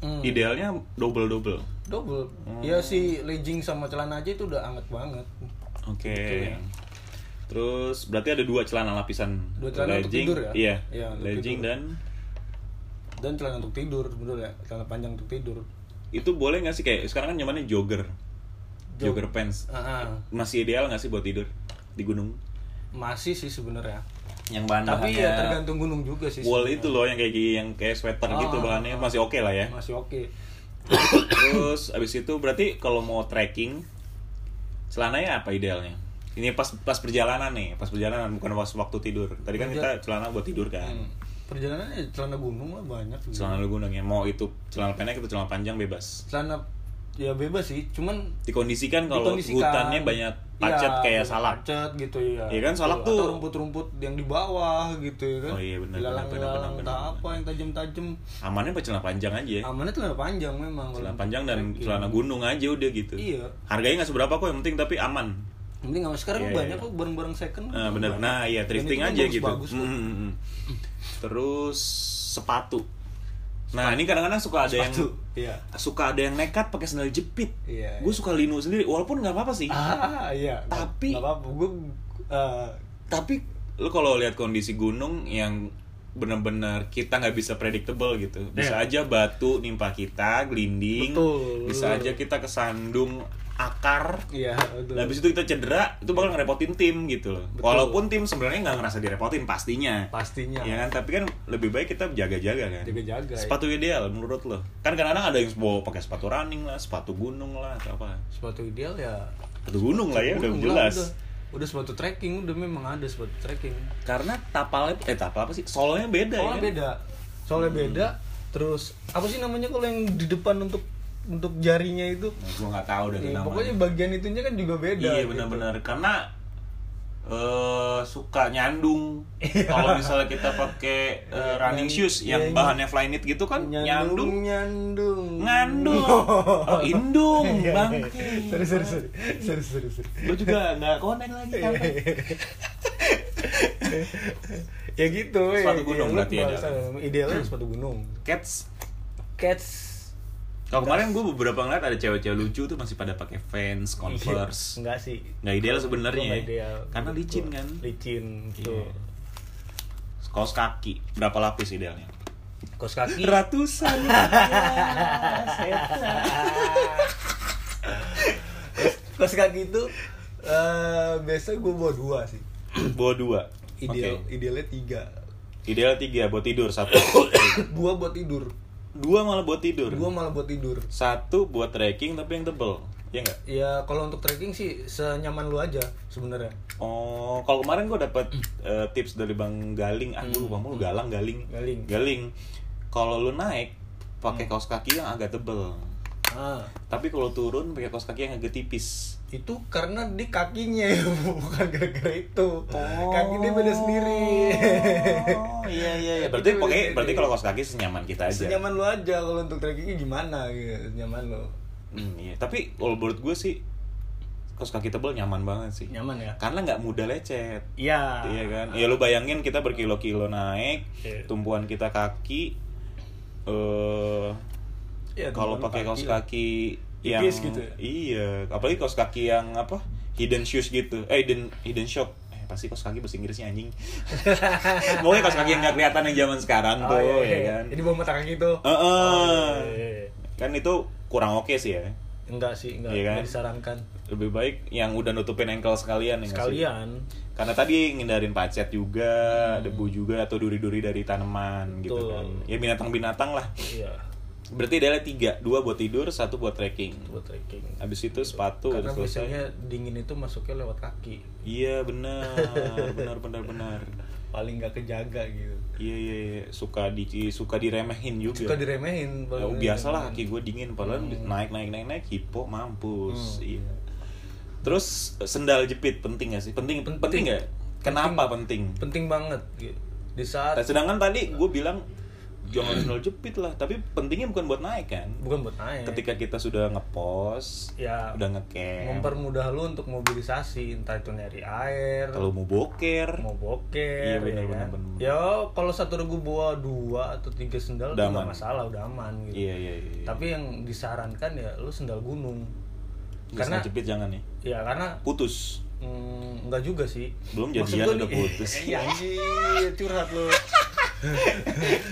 Hmm. idealnya double double. Double. Hmm. Ya si legging sama celana aja itu udah anget banget. Oke. ya. Terus berarti ada dua celana lapisan. Dua celana untuk Legging, tidur ya? Iya. Iya, untuk Legging tidur. dan Dan celana untuk tidur, betul ya? Celana panjang untuk tidur. itu boleh nggak sih kayak sekarang kan nyamannya jogger, Jog- jogger pants. Ah, ah. Masih ideal nggak sih buat tidur di gunung? Masih sih sebenarnya. Yang bahan Tapi ya tergantung Ah. gunung juga sih. Wool sebenarnya. itu loh yang kayak yang kayak sweater gitu bahannya masih oke lah ya. Masih oke. Terus abis itu berarti kalau mau trekking celananya apa idealnya? Ini pas pas perjalanan nih, pas perjalanan bukan pas waktu tidur. Tadi kan kita celana buat tidur kan. Hmm. Perjalanannya celana gunung lah banyak. gitu. Celana lu gunung ya. Mau itu celana pendek atau celana panjang bebas. Celana ya bebas sih, cuman Dikondisikan kalau dikondisikan. hutannya banyak pacet Iya, kayak banyak salak. Pacet gitu ya. Iya kan, salak Atau tuh. rumput-rumput yang di bawah gitu ya Oh kan. iya, benar, benar, Ilalang-ilalang benar, benar, entah benar, apa yang tajam-tajam. Amannya pakai celana panjang aja ya. Amannya celana panjang memang kalau Celana panjang dan celana gunung aja udah gitu. Iya. Harganya nggak seberapa kok, yang penting tapi aman. Mending nggak sekarang Iya, banyak iya. kok barang-barang second. Nah, bener. Nah, iya thrifting Dan aja itu kan bagus- gitu. bagus kok. Mm, mm, mm. Terus sepatu. Nah, ini kadang-kadang suka ada yang Sepatu. Iya. suka ada yang nekat pakai sandal jepit. Iya, Gue suka linu sendiri walaupun nggak apa-apa sih. Ah, iya. Tapi- nggak apa-apa. eh, Gue Tapi lu kalau lihat kondisi gunung yang benar-benar kita nggak bisa predictable gitu. Bisa aja batu nimpa kita, gelinding. Iya. Betul. Bisa aja kita kesandung akar Iya, betul. Nah, habis itu kita cedera, itu bakal ngerepotin tim gitu loh. Walaupun tim sebenarnya nggak ngerasa direpotin pastinya. Pastinya. Ya kan, tapi kan lebih baik kita jaga-jaga kan. Jaga-jaga, ya. Sepatu ideal menurut lo. Kan kadang-kadang ada yang bawa pakai sepatu running lah, sepatu gunung lah atau apa. Sepatu ideal ya Sepatu gunung lah ya, udah gunung lah, jelas. Udah, udah sepatu trekking, udah memang ada sepatu trekking. Karena tapalnya eh tapal apa sih? Solnya beda Soalnya ya. beda. Soalnya beda. Terus apa sih namanya kalau yang di depan untuk untuk jarinya itu? Nah, gua nggak tahu dari Ya, namanya. pokoknya bagian itunya kan juga beda. Iya gitu. benar-benar karena eh suka nyandung. Kalau misalnya kita pakai eh, running shoes yang Iya, iya. bahannya Flyknit gitu kan nyandung Nyandung, nyandung. Iya, ngandung oh, indung bang Sorry, sorry, sorry. Sorry, sorry, sorry. lu juga nggak konek lagi kan Iya. Bang? ya gitu ya. Sepatu gunung Lu berarti bahasa- idealnya. idealnya sepatu gunung cats cats kalau kemarin gue beberapa ngeliat ada cewek-cewek lucu tuh masih pada pakai Vans, Converse enggak sih nggak ideal Gua sebenarnya ya. nggak ideal. karena licin kan Iya. licin gitu kaos kaki berapa lapis idealnya kos kaki ratusan Iya. kos kaki itu eh biasa gue bawa dua sih bawa dua ideal Oke. idealnya tiga ideal tiga buat tidur satu dua buat tidur dua malah buat tidur dua malah buat tidur satu buat trekking tapi yang tebel ya nggak ya kalau untuk trekking sih senyaman lu aja sebenarnya Oh, kalau kemarin gue dapat eh, tips dari Bang Galing, ah gue lupa mulu Galang Galing. Hmm. Galing. Hmm. Kalau lu naik pakai kaos kaki yang agak tebel. ah Tapi kalau turun pakai kaos kaki yang agak tipis. itu karena di kakinya bukan gara-gara itu Oh. kaki dia beda sendiri Oh, iya iya iya. Berarti Itu beda pokoknya sendiri. berarti kalau kaos kaki senyaman kita aja. senyaman lu aja kalau untuk trekkingnya gimana gitu senyaman lu Hmm, iya. Tapi kalau menurut gue sih kaos kaki tebel nyaman banget sih. nyaman ya Karena nggak mudah lecet. iya Iya kan? Ya lu bayangin kita berkilo-kilo naik, Iya. tumpuan kita kaki eh Iya, kalau tumpuan pakai kaos kaki. kaki yang Tipis gitu ya? Iya, apalagi kaos kaki yang apa? Hidden shoes gitu. Eh hidden hidden shop. Eh, pasti kaos kaki bahasa Inggrisnya anjing. Pokoknya kaos kaki yang nggak kelihatan yang zaman sekarang oh, tuh, iya, ya iya. kan? Oh, jadi bawa mata kaki tuh Heeh. Eh, Kan itu kurang oke sih ya. enggak sih enggak, Iya kan? enggak disarankan Lebih baik yang udah nutupin ankle sekalian ya nggak sih? sekalian karena tadi ngindarin pacet juga, debu juga atau duri-duri dari tanaman gitu Hmm. Betul. kan. Ya binatang-binatang lah. iya Berarti idealnya tiga, dua buat tidur, satu buat trekking. buat trekking Habis itu sepatu karena udah selesai. biasanya dingin itu masuknya lewat kaki Iya benar, benar benar benar. paling nggak kejaga gitu Iya iya iya. suka di suka diremehin juga. suka diremehin Iya. Hmm. Ya, paling- biasalah kaki gue dingin padahal naik naik naik naik hipo mampus. Hmm. Iya. Terus sendal jepit penting gak sih? Penting penting, Penting. gak? Kenapa penting? penting banget gitu. di saat Nah, sedangkan tadi gue bilang jangan sendal jepit lah, tapi pentingnya bukan buat naik kan. bukan buat naik Ketika kita sudah ngepost, ya udah ngecamp, mempermudah lu untuk mobilisasi entah itu nyari air kalau mau boker, mau boker Iya, ya bener, bener, kan? bener. ya kalau satu regu bawa dua atau tiga sendal Udah itu nggak aman. masalah udah aman gitu iya iya iya. tapi yang disarankan ya lu sendal gunung karena karena jepit jangan ya. ya karena Putus. mm, nggak juga sih Belum Maksud jadian gua udah nih- putus. Iya, anjir, curhat lu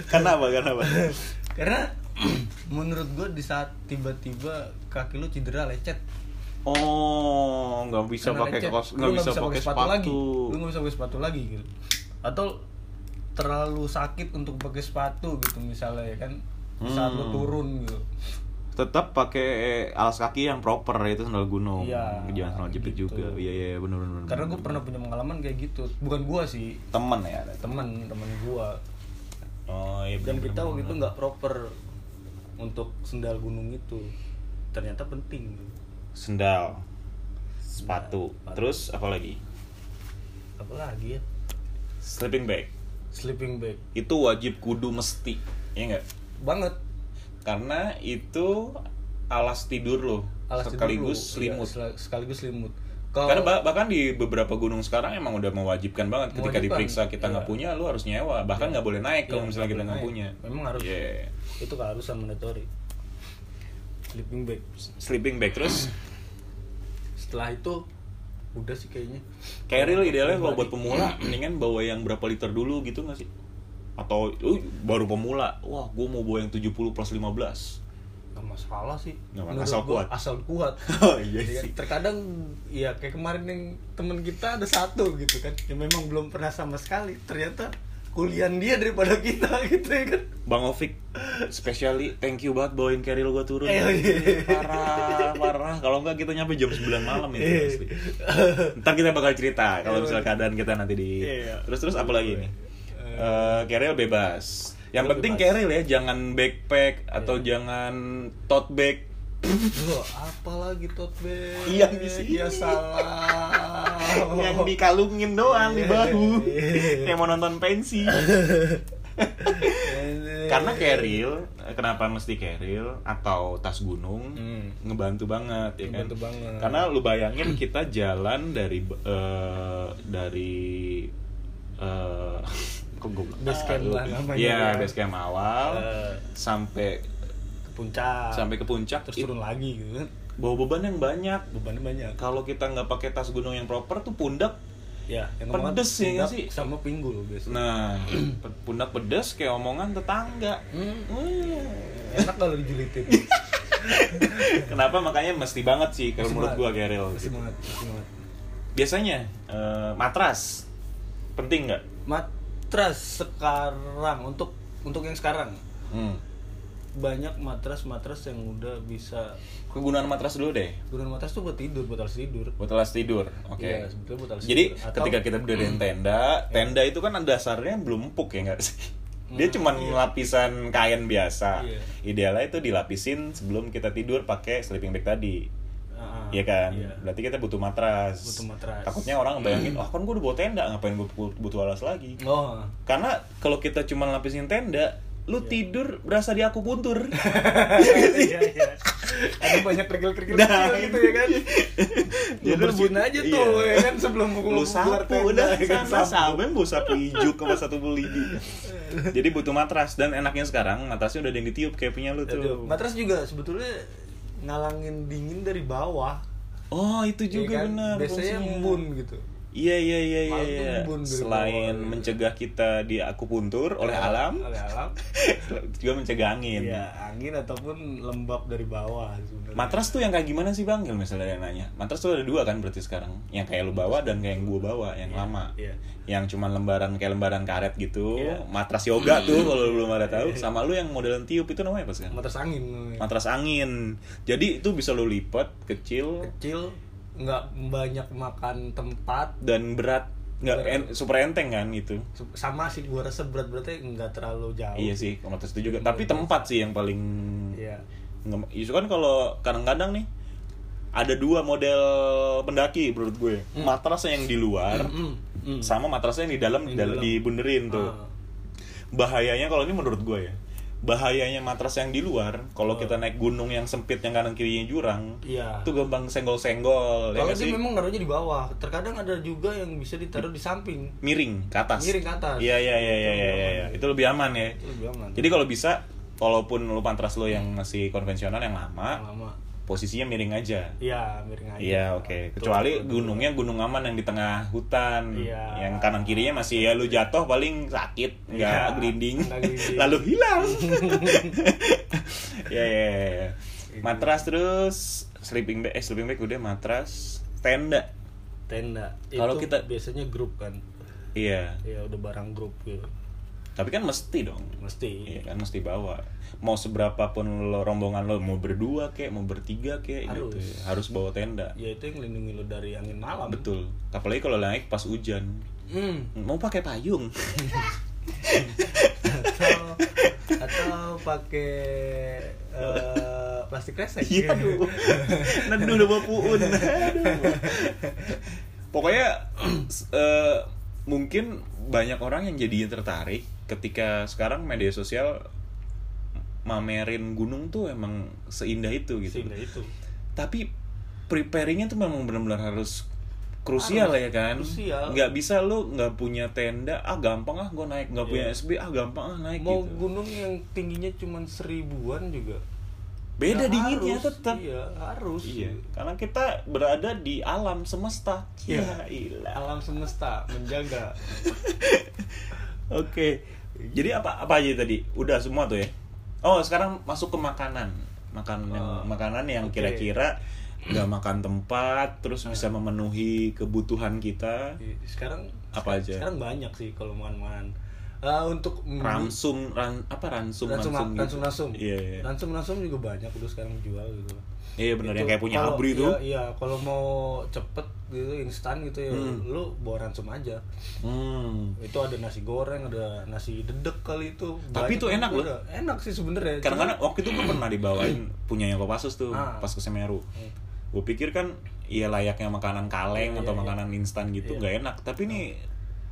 Kenapa? Kenapa? karena menurut gue di saat tiba-tiba kaki lu cedera lecet Oh, nggak bisa Karena pakai lecet, kaos, lu nggak bisa pakai sepatu. lagi lu nggak bisa pakai sepatu lagi gitu atau terlalu sakit untuk pakai sepatu gitu misalnya ya kan saat Hmm. lu turun gitu Tetap pakai alas kaki yang proper itu sandal gunung. Iya, jangan sandal jepit gitu. juga. Iya iya benar benar. karena gue pernah punya pengalaman kayak gitu bukan gua sih teman ya. ada. teman teman gua Oh iya dan kita gitu. waktu itu nggak proper untuk sendal gunung itu ternyata penting gitu. sendal sepatu Iya, terus apa lagi apalagi ya sleeping bag sleeping bag itu wajib kudu mesti ya enggak banget karena itu alas tidur lo alas tidur lu. sekaligus Iya, selimut sel- sekaligus selimut karena bah- bahkan di beberapa gunung sekarang emang udah mewajibkan banget ketika Mewajibkan, diperiksa kita nggak iya. punya lu harus nyewa bahkan nggak boleh naik kalau Iya, misalnya kita boleh nggak naik. punya Iya, Memang harus. Yeah. itu keharusan mandatory sleeping bag sleeping bag terus setelah itu udah sih kayaknya Keril idealnya kalau buat pemula mendingan bawa yang berapa liter dulu gitu nggak sih? Atau uh, baru pemula, wah gue mau bawa yang 70 plus 15 nggak masalah sih Nggak masalah, Menurut asal gua, kuat. asal kuat Oh, iya Ya kan? sih. terkadang ya kayak kemarin yang temen kita ada satu gitu kan yang memang belum pernah sama sekali ternyata kuliahan dia daripada kita gitu ya kan Bang Ofik, specially thank you banget bawain keril gua turun. Eh, iya. parah, parah. Kalau enggak kita nyampe jam 9 malam itu Iya. pasti. Ntar kita bakal cerita kalau misalnya keadaan kita nanti di. Iya. Terus terus apa lagi nih? Eh, keril bebas. Yang penting keril ya, jangan backpack atau Iya. jangan tote bag. Loh, apalagi tote bag Iya, di sini. ya salah Iya, Yang dikalungin doang di bahu. Yang mau nonton pensi. Karena keril, kenapa mesti keril atau tas gunung Hmm. ngebantu banget ya Ngebantu kan? banget. Karena lu bayangin kita jalan dari eh, dari eh kok gue Base camp lah namanya. ya. Iya, base camp awal Eh. sampai ke puncak sampai ke puncak terus it- turun lagi gitu kan bawa beban yang banyak. bebannya banyak Kalau kita nggak pakai tas gunung yang proper tuh pundak ya Pedes omongan ya nggak pundak sih? sama pinggul biasanya Nah, pe- pundak pedes kayak omongan tetangga. Hmm. enak kalau dijulitin Kenapa makanya mesti banget sih kalau menurut gua gitu. Geril. masih banget masih banget Biasanya eh, matras penting nggak? matras sekarang untuk untuk yang sekarang Hmm. banyak matras-matras yang udah bisa Kegunaan matras dulu deh gunain matras tuh buat tidur buat alas tidur buat alas tidur. Oke. Iya, sebetulnya buat alas Jadi tidur. Atau- Hmm. Iya. ketika kita berdiri di tenda, tenda itu kan dasarnya belum empuk ya nggak sih? Dia cuman lapisan kain biasa. Hmm, Iya. Idealnya itu dilapisin sebelum kita tidur pakai sleeping bag tadi. Ah, Iya kan? iya. Berarti kita butuh matras. Butuh matras. Hmm. Takutnya orang bayangin, "Ah, kan gue udah bawa tenda, ngapain gue butuh alas lagi?" oh Karena kalau kita cuma lapisin tenda, lu tidur berasa di aku puntur. Iya nggak sih? iya iya ada banyak kerikil-kerikil Nah, kecil gitu ya kan Jadi jadi bersihin lu- aja iya. tuh ya kan sebelum pukul Lu sapu udah ya kan? sana sapu yang bawa sapu hijau sama satu beligi. Jadi butuh matras dan enaknya sekarang matrasnya udah ada yang ditiup kayak punya lu tuh. matras juga sebetulnya ngalangin dingin dari bawah Oh, itu juga ya kan? benar. biasanya fungsinya. embun gitu Iya iya iya iya. Malam tuh iya. embun dari Selain bawah. mencegah kita di akupuntur oleh alam, Iya, oleh alam juga mencegah angin. ya angin ataupun lembab dari bawah sebenarnya Matras tuh yang kayak gimana sih Bang? Kalau misalnya ada yang nanya. Matras tuh ada dua kan berarti sekarang. Yang kayak lu bawa dan kayak yang gua bawa, yang lama. iya. Yang cuma lembaran kayak lembaran karet gitu. Matras yoga tuh kalau lu belum ada tahu. Sama lu yang modelan tiup itu namanya apa sekarang? matras angin Iya. Matras angin. Jadi itu bisa lu lipat kecil kecil nggak banyak makan tempat dan berat. Nggak en- super enteng kan gitu. sama sih gua rasa berat-beratnya nggak terlalu jauh Iya sih, matras itu juga. Tapi tempat sih yang paling Iya. Nge- Isu kan kalau kadang-kadang nih ada dua model pendaki menurut gue. Matras yang di luar sama matras Hmm. yang di dalam Ah. di dal- dibunderin tuh. Ah, Bahayanya kalau ini menurut gue ya. Bahayanya matras yang di luar kalau kita naik gunung yang sempit yang kanan kirinya jurang, Oh. Iya. itu gampang senggol-senggol ya kalau nggak dia sih? memang naruhnya di bawah terkadang ada juga yang bisa ditaruh di samping Miring ke atas. Miring ke atas. Iya iya iya iya iya, iya. Itu lebih aman ya. itu lebih aman Jadi kalau bisa walaupun lu matras lu yang masih konvensional yang Yang lama, lama posisinya miring aja. iya miring aja Iya oke. Kecuali gunungnya gunung aman yang di tengah hutan, Iya. yang kanan kirinya masih ya lu jatuh paling sakit, nggak Iya, grinding, nggak grinding. lalu hilang. Ya ya ya, ya. Gitu. Matras terus sleeping bag, eh sleeping bag udah matras, tenda. tenda Kalau Itu kita- biasanya grup kan Iya. ya udah barang grup gitu Tapi kan mesti dong. mesti Iya kan mesti bawa. Mau seberapa pun lo rombongan lo mau berdua kek, mau bertiga kek Harus. gitu. ya. Harus bawa tenda. ya itu yang lindungi lo dari angin malam Betul. Apalagi kalau naik pas hujan. Hmm. Mau pakai payung. atau atau pakai eh, plastik kresek Iya Gitu. aduh. Neduh udah bawa puun. Aduh. Pokoknya eh, mungkin banyak orang yang jadi tertarik ketika sekarang media sosial mamerin gunung tuh emang seindah itu gitu. sehingga itu Tapi preparingnya tuh memang benar-benar harus krusial ya kan krusial. nggak bisa lu nggak punya tenda ah gampang ah gue naik nggak punya SB ah gampang ah naik Iya. mau gitu gunung yang tingginya cuma seribuan juga Ya beda dinginnya harus, tetap iya harus Iya, karena kita berada di alam semesta. Iya. Ya, ilah. alam semesta menjaga Oke. Jadi apa apa aja tadi? Udah semua tuh ya. Oh, sekarang masuk ke makanan. makan yang, makanan yang kira-kira nggak makan tempat terus bisa memenuhi kebutuhan kita Iya, sekarang Apa aja? sekarang banyak sih kalau makan-makan Eh, untuk membeli- ransum ran apa ransum langsung ransum gitu. langsung langsung iya iya. langsung langsung juga banyak udah sekarang jual gitu iya benar yang Itu kayak punya kalau- abri iya, tuh iya kalau mau cepet gitu instan gitu ya lu bawa ransum aja hmm. itu ada nasi goreng ada nasi dedek kali itu Tapi itu enak loh. udah. enak sih sebenernya kadang-kadang waktu itu gue pernah dibawain punyanya Kopassus tuh Ah. pas ke Semeru gue pikir kan ya layaknya makanan kaleng Iya, atau makanan instan gitu nggak enak tapi ini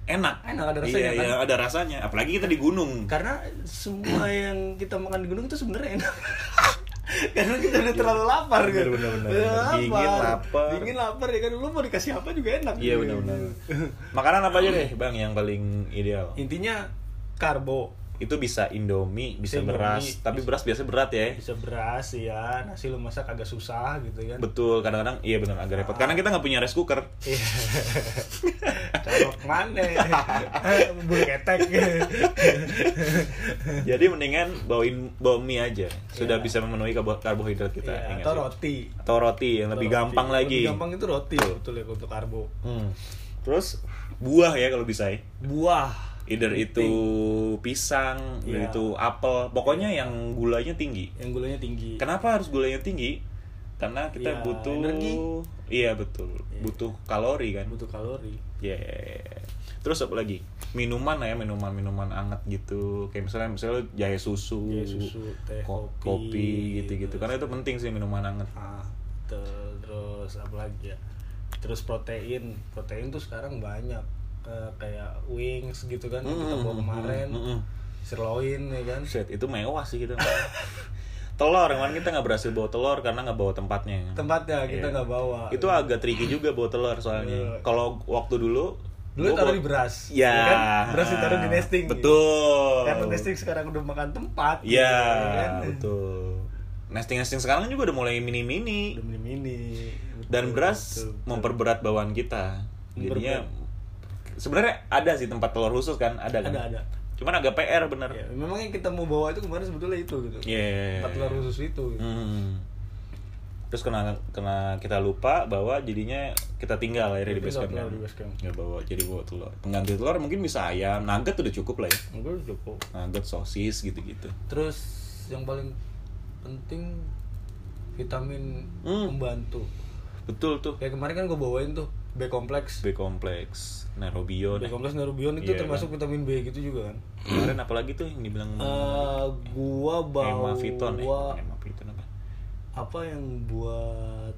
enak Enak, ada rasanya, iya, kan? Iya, iya, ada rasanya apalagi kita di gunung karena semua yang kita makan di gunung itu sebenarnya enak karena kita udah terlalu lapar kan Iya. Bener, bener, bener, Udah bener. Dingin, lapar. dingin lapar ya kan lu mau dikasih apa juga enak iya gitu. benar-benar makanan apa aja deh bang yang paling ideal intinya karbo itu bisa indomie bisa Indomie, beras tapi beras biasa berat ya bisa beras ya nasi lu masak agak susah gitu kan betul kadang-kadang iya benar agak repot karena kita nggak punya rice cooker Iya. Colok mana? Bulu ketek. jadi mendingan bawain bawa mie aja sudah bisa memenuhi karbo- karbohidrat kita ya Iya, nggak atau sih? roti. atau roti yang lebih Roti. gampang lagi Lebih gampang itu roti betul ya untuk karbo. Hmm. Terus buah ya kalau bisa ya. Buah. Either itu pisang, either Iya. itu apel, pokoknya yang gulanya tinggi. Yang gulanya tinggi. Kenapa harus gulanya tinggi? Karena kita Iya, butuh energi. Iya, betul. Butuh kalori kan. Butuh kalori. Ya. Terus apa lagi? Minuman lah ya, minuman-minuman anget gitu. Kayak misalnya misalnya jahe susu, Jahe susu, teh, ko- kopi, kopi gitu-gitu. terus- Karena itu penting sih minuman anget. Ah, terus apa lagi ya? Terus protein. Protein tuh sekarang banyak. Eh, kayak wings gitu kan yang kita bawa kemarin. mm-mm. Sirloin ya kan. Buset, itu mewah sih kita. telur, kemarin kita nggak berhasil bawa telur karena nggak bawa tempatnya. Tempatnya ya kita Iya. nggak bawa. itu agak tricky juga bawa telur soalnya. Iya. Kalau waktu dulu Dulu gua taruh bawa- di beras. Ya. kan? Beras ditaruh di nesting. Betul. Karena nesting sekarang udah makan tempat. Iya, kan? betul. Nesting-nesting sekarang juga udah mulai mini-mini Udah mini-mini. dan Betul, beras betul. memperberat bawaan kita. Jadinya sebenarnya ada sih tempat telur khusus kan, ada kan? Ada, ada. Cuman agak PR bener. Ya, memang yang kita mau bawa itu kemarin sebetulnya itu gitu. Iya. Empat telur khusus itu. Gitu. Hmm. Terus kena kena kita lupa bahwa jadinya kita tinggal akhirnya di Kita base camp. tinggal kan? di base camp. Nggak bawa jadi bawa telur. Pengganti telur mungkin bisa ayam, nugget udah cukup lah ya. Enggak cukup. Nugget, sosis gitu-gitu. Terus yang paling penting vitamin Hmm. membantu. Betul tuh. Kayak kemarin kan gue bawain tuh B kompleks. B kompleks, Narobion. B kompleks neurobion itu Iya, termasuk vitamin B gitu juga kan. Kemarin apalagi tuh yang dibilang Eh, gua bawa Hemaviton eh, bukan Hemaviton apa? apa yang buat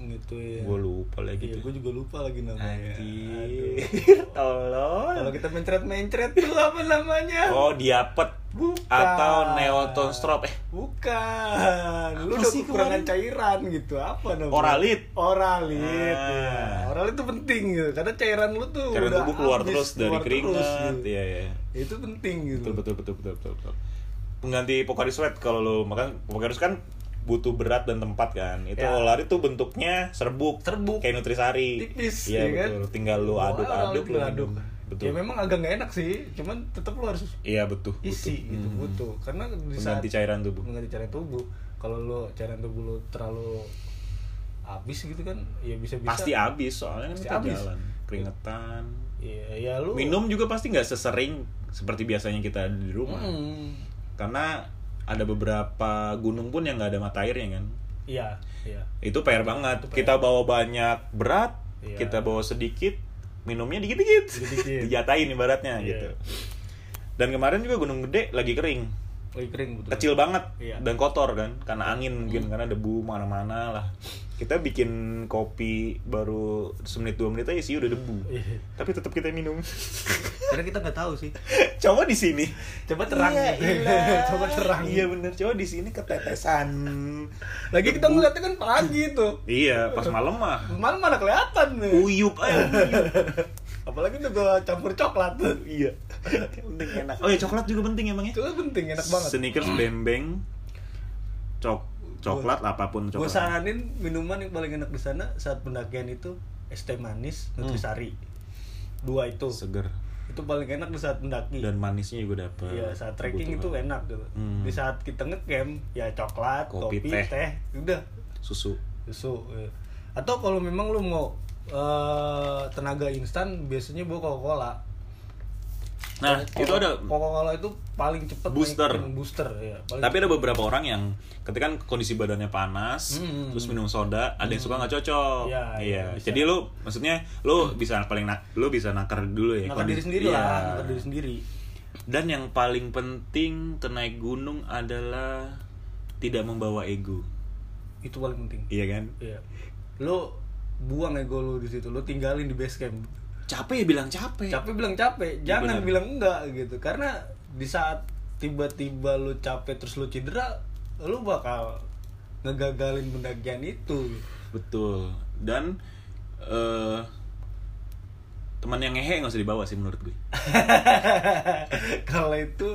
gitu ya Gue lupa lagi Iya, tuh. gue juga lupa lagi namanya. Anjir, Aduh. tolol. Kalau kita mencret-mencret tuh apa namanya? Oh, diapet Bukan. atau neoton strop eh Bukan. Lu udah sih kekurangan kemarin? cairan gitu. Apa namanya? Oralit. Oralit. Ah. ya. Oralit itu penting gitu. Karena cairan lu tuh Cairan udah tubuh keluar habis, terus dari keluar terus, keringat. gitu. Iya, iya. Itu penting gitu. Betul, betul, betul, betul, betul, betul. Pengganti Pocari Sweat kalau lo makan Pocari Sweat kan butuh berat dan tempat kan. Itu Ya. olari tuh bentuknya serbuk. Serbuk. Kayak nutrisari. Tipis Iya, ya kan? betul. Tinggal lo Bawa aduk-aduk oralit lo lu aduk. minum. Betul. Ya memang agak nggak enak sih, cuman tetap lu harus Iya, betul. isi gitu butuh karena di Hmm. saat Pengganti cairan tubuh. mengganti cairan tubuh kalau lo cairan tubuh lo terlalu habis gitu kan ya bisa bisa Pasti habis soalnya kan Pasti kita habis. jalan keringetan. ya, ya lo Minum juga pasti nggak sesering seperti biasanya kita ada di rumah. Hmm. Karena ada beberapa gunung pun yang nggak ada mata airnya kan. iya iya itu PR banget kita bawa banyak berat Iya. kita bawa sedikit minumnya dikit-dikit Dikit-dikit. dijatain ibaratnya Iya. gitu dan kemarin juga Gunung Gede lagi kering lagi kering betul kecil banget Iya. dan kotor kan karena angin mungkin karena debu mana-mana lah kita bikin kopi baru semenit dua menit aja sih udah debu Iya. tapi tetap kita minum karena kita nggak tahu sih coba di sini Coba terang Iya, gitu. iya. Coba terang. iya bener coba di sini ketetesan lagi kita ngeliatnya kan pagi tuh iya pas malam mah malam mana kelihatan nih uyup aja uyup. apalagi udah gua campur coklat iya penting enak oh ya coklat juga penting emang ya itu penting enak banget sneakers bembeng cok coklat apapun gue coklat saranin minuman yang paling enak di sana saat pendakian itu es teh manis nutrisari dua itu Hmm. seger itu paling enak di saat mendaki dan manisnya juga dapat Iya, saat trekking itu Kebetulan. enak gitu. Nah, Hmm. Di saat kita ngecamp, ya coklat, Kopi, kopi, teh. teh. udah susu susu. iya. Atau kalau memang lu mau eh, tenaga instan, biasanya bawa Coca-Cola. nah Coca- itu ada Coca-Cola itu paling cepet Booster. naikin booster ya. Paling tapi ada beberapa orang yang ketika kan kondisi badannya panas Hmm. terus minum soda ada yang suka nggak cocok Iya, iya, bisa. jadi lu maksudnya lu bisa paling nak lu bisa nakar dulu ya nakar diri kondisi- sendiri Iya. lah, nakar diri sendiri. dan yang paling penting tenaik gunung adalah tidak membawa ego Itu paling penting. iya kan Iya. Lu buang ego lu di situ, lu tinggalin di base camp. capek ya bilang capek Iya, Capek bilang capek, jangan Bener. bilang enggak gitu. Karena di saat tiba-tiba lu capek terus lu cedera, lu bakal ngegagalin pendakian itu. betul dan eh teman yang ngehe nggak usah dibawa sih menurut gue kalau itu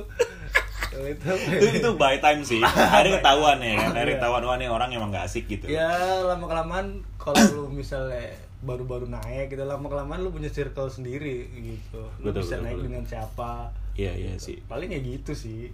kalau itu apa ya? itu itu by time sih ada ketahuan ya kan ada ketahuan wah nih orang emang gak asik gitu ya lama kelamaan kalau lu misalnya baru-baru naik gitu lama kelamaan lu punya circle sendiri gitu lu Betul, bisa betul, naik betul. dengan siapa iya iya sih paling ya gitu sih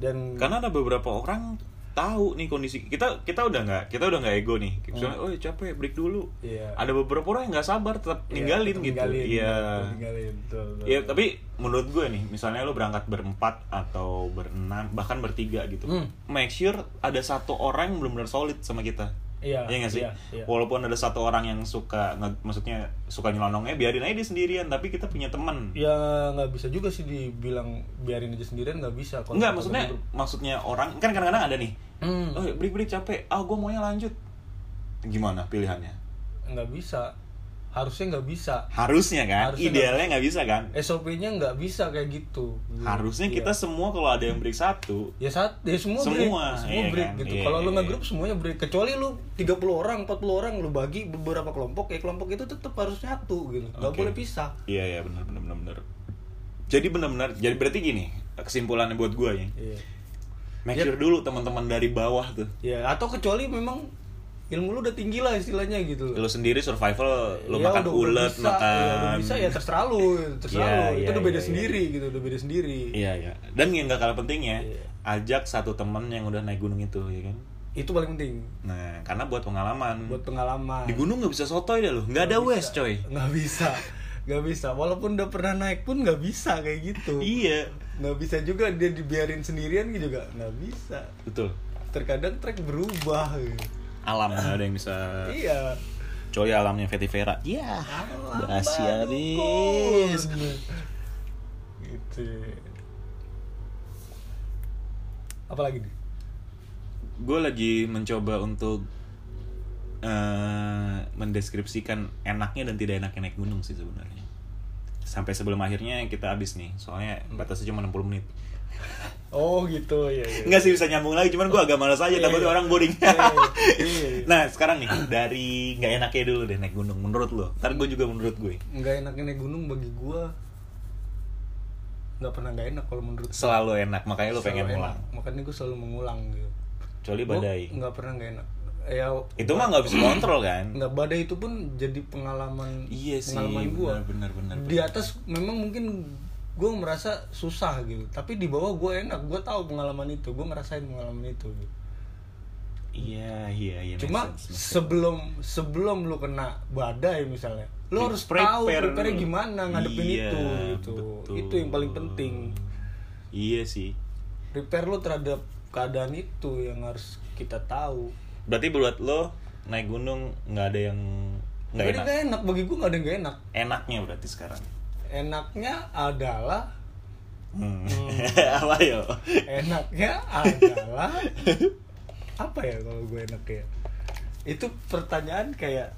dan karena ada beberapa orang tahu nih kondisi kita kita udah nggak kita udah nggak ego nih misalnya oh capek break dulu Iya. ada beberapa orang yang nggak sabar tetap ya, ninggalin tetap gitu ninggalin, iya tetap ninggalin betul, betul. Iya, tapi menurut gue nih, misalnya lo berangkat berempat atau berenam, bahkan bertiga gitu, Hmm. make sure ada satu orang yang benar-benar solid sama kita. Iya, Iya nggak sih? iya, iya. Walaupun ada satu orang yang suka, nge- maksudnya suka nyelonongnya, biarin aja dia sendirian. Tapi kita punya teman. ya nggak bisa juga sih dibilang biarin aja sendirian nggak bisa kalau Enggak, kita maksudnya berdua. maksudnya orang kan kadang-kadang ada nih. Hmm. Oh, break break capek. Ah, gue maunya lanjut. Gimana pilihannya? nggak bisa harusnya nggak bisa Harusnya kan, Harusnya idealnya nggak bisa kan. SOP-nya nggak bisa kayak gitu Harusnya Iya. kita semua kalau ada yang break satu, ya saat ya semua, Semua, break semua iya break kan? gitu Iya, kalau lu iya, nggak iya. grup semuanya break kecuali lu 30 orang 40 orang lu bagi beberapa kelompok ya kelompok itu tetap harus nyatu gitu nggak Oke. boleh pisah Iya iya benar benar benar benar. Jadi benar-benar jadi berarti gini kesimpulannya buat gue ya. Iya. Make sure dulu teman-teman dari bawah tuh. ya atau kecuali memang ilmu lu udah tinggi lah istilahnya gitu Lo sendiri survival lo Ya, makan udah- udah ulet bisa, makan. ya, udah bisa ya terserah lu Iya, terserah lu. itu iya, udah beda iya, sendiri gitu udah beda sendiri Iya iya. Dan yang gak kalah pentingnya Iya. ajak satu teman yang udah naik gunung itu ya kan. itu paling penting Nah karena buat pengalaman. buat pengalaman Di gunung nggak bisa sotoy deh lo, nggak ada wes coy. nggak bisa nggak bisa walaupun udah pernah naik pun nggak bisa kayak gitu Iya nggak bisa juga dia dibiarin sendirian gitu juga nggak bisa betul. terkadang track berubah gitu. Alam nggak ada yang bisa iya coy alamnya Vetivera. Iya. Asia Bagus. gitu Iya. apalagi nih gue lagi mencoba untuk eh, mendeskripsikan enaknya dan tidak enaknya naik gunung sih sebenarnya sampai sebelum akhirnya kita habis nih soalnya Hmm. batasnya cuma 60 menit oh gitu ya, ya. Enggak sih bisa nyambung lagi cuman gue agak malas aja takut orang boring iya, iya. nah sekarang nih dari nggak enaknya dulu deh naik gunung menurut lo ntar gue juga menurut gue nggak enaknya naik gunung bagi gua nggak pernah nggak enak kalau menurut selalu enak makanya lo pengen Selalu pulang enak. makanya gua selalu mengulang gitu kecuali Gua badai nggak pernah nggak enak ya itu mah nggak bisa kontrol kan nggak badai itu pun jadi pengalaman iya sih pengalaman gua benar benar benar di atas memang mungkin gue merasa susah gitu tapi di bawah gue enak gue tahu pengalaman itu gue ngerasain pengalaman itu gitu. iya iya iya make cuma sense, make sense. sebelum sebelum lu kena badai misalnya lu harus tahu Prepare prepare dulu. gimana Nah, ngadepin Iya, itu gitu betul. itu yang paling penting Iya sih. prepare lu terhadap keadaan itu yang harus kita tahu Berarti buat lo naik gunung nggak ada yang nggak Jadi enak. nggak enak bagi gue nggak ada yang gak enak Enaknya berarti sekarang. enaknya adalah Hmm. Apa yo? enaknya adalah apa ya kalau gue enak ya itu pertanyaan kayak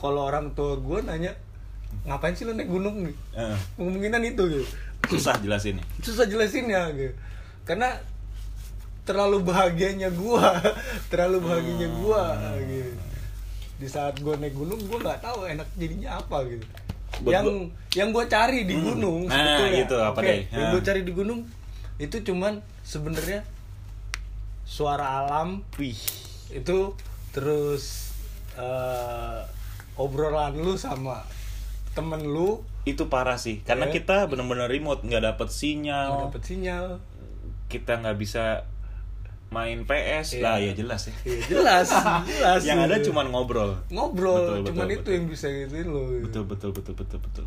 kalau orang tua gue nanya ngapain sih lo naik gunung nih Eh, kemungkinan itu gitu susah jelasin nih. susah jelasinnya gitu karena terlalu bahagianya gua terlalu bahagianya gua Hmm. gitu di saat gua naik gunung gua nggak tahu enak jadinya apa gitu Buat yang gua- yang gua cari di gunung Nah, sebetulnya, gitu, apa oke, deh? yang Nah. gua cari di gunung itu cuman sebenarnya suara alam Wih. itu terus eh, obrolan lu sama temen lu itu parah sih karena Iya. kita bener-bener remote nggak dapet sinyal dapat sinyal kita nggak bisa main PS lah ya jelas ya Iya, jelas jelas yang ada cuman ngobrol ngobrol Betul, betul, cuman itu betul. yang bisa gituin lo Eh, betul betul betul betul betul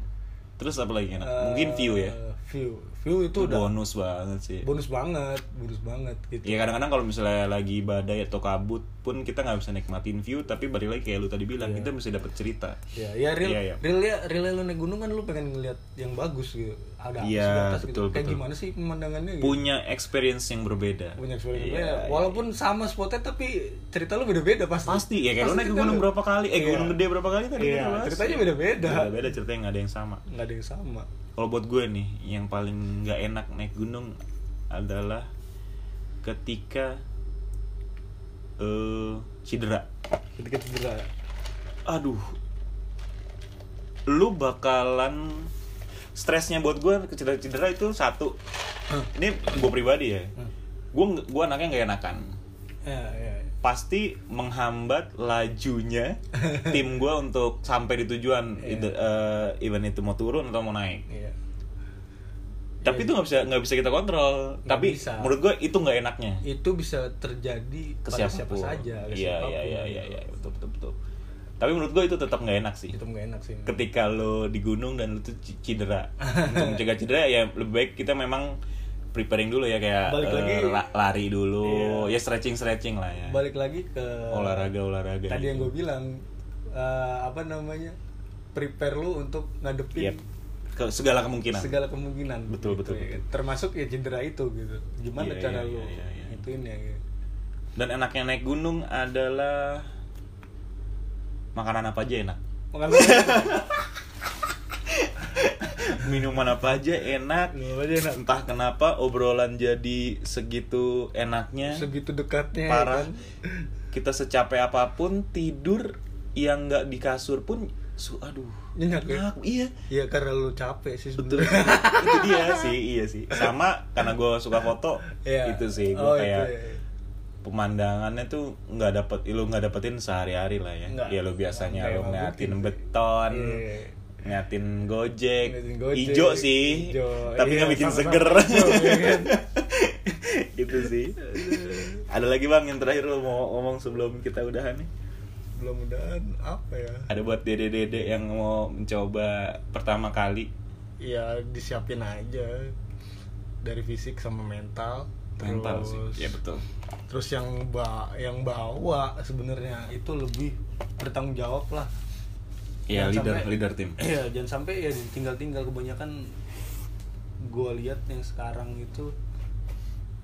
terus apa lagi yang enak mungkin view ya view view itu itu udah bonus ya. banget sih bonus banget bonus banget gitu ya kadang-kadang kalau misalnya lagi badai atau kabut pun kita nggak bisa nikmatin view tapi balik lagi kayak lu tadi bilang Iya. kita mesti dapet cerita ya ya real Iya, iya. real ya real lu naik gunung kan lu pengen ngeliat yang bagus gitu ada apa sih Iya, di atas gitu betul, kayak betul. gimana sih pemandangannya gitu punya experience yang berbeda punya experience Iya, berbeda. walaupun sama spotnya tapi cerita lu beda beda pasti pasti ya kayak lu Pasti naik cerita gunung lu- berapa kali eh Iya. gunung gede berapa kali tadi Iya, kan, Mas? ceritanya beda-beda. beda cerita yang nggak ada yang sama nggak ada yang sama kalau buat gue nih yang paling nggak enak naik gunung adalah ketika eh cedera ketika cedera aduh lu bakalan stresnya buat gue cedera cedera itu satu ini gue pribadi ya gue gue anaknya nggak enakan ya, ya, ya. pasti menghambat lajunya tim gue untuk sampai di tujuan either, eh, even itu mau turun atau mau naik Iya. tapi itu nggak bisa nggak bisa kita kontrol Nggak tapi bisa. menurut gue itu nggak enaknya itu bisa terjadi ke pada siapa siapa saja ke iya siapapun, iya iya iya gitu. iya, betul betul betul tapi menurut gue itu tetap nggak enak sih itu nggak enak sih ketika lo di gunung dan lo tuh c- cedera untuk mencegah cedera ya lebih baik kita memang preparing dulu ya kayak Balik eh, lagi. Iya. la- lari dulu ya stretching stretching lah ya gitu. balik lagi ke olahraga olahraga tadi yang gue bilang eh, apa namanya prepare lu untuk ngadepin Yep. Ke segala Iya, kemungkinan. segala kemungkinan Betul, gitu betul, ya kan. termasuk ya cedera itu gitu gimana Iya, cara iya, lu iya, iya. ituin ya gitu. Dan enaknya naik gunung adalah makanan apa aja enak. Makanya Minuman apa aja enak. Minuman aja enak. Entah kenapa obrolan jadi segitu enaknya. segitu dekatnya ya parah. kan. Kita secapek apapun tidur yang nggak di kasur pun su aduh. Nyenyak ya? Iya. ya karena lu capek sih Betul. sebenarnya itu dia sih, iya sih. Sama karena gue suka foto, Iya. itu sih gue Oh, itu kayak ya. pemandangannya tuh nggak dapet lu nggak dapetin sehari-hari lah ya Nggak. ya lu biasanya Nggak, lu nggak ngeliatin mungkin. beton Iya. ngeliatin gojek, Ngeliatin Gojek, ijo sih ijo. tapi nggak Iya, bikin sama-sama seger ijo, ya kan? gitu sih ada lagi bang yang terakhir lu mau ngomong sebelum kita udahan nih belum mudahan apa ya ada buat dede-dede yang mau mencoba pertama kali ya disiapin aja dari fisik sama mental mental sih terus ya betul terus yang ba yang bawa sebenarnya itu lebih bertanggung jawab lah ya Jangan leader sampai- leader tim Iya, jangan sampai ya ditinggal-tinggal kebanyakan gue lihat yang sekarang itu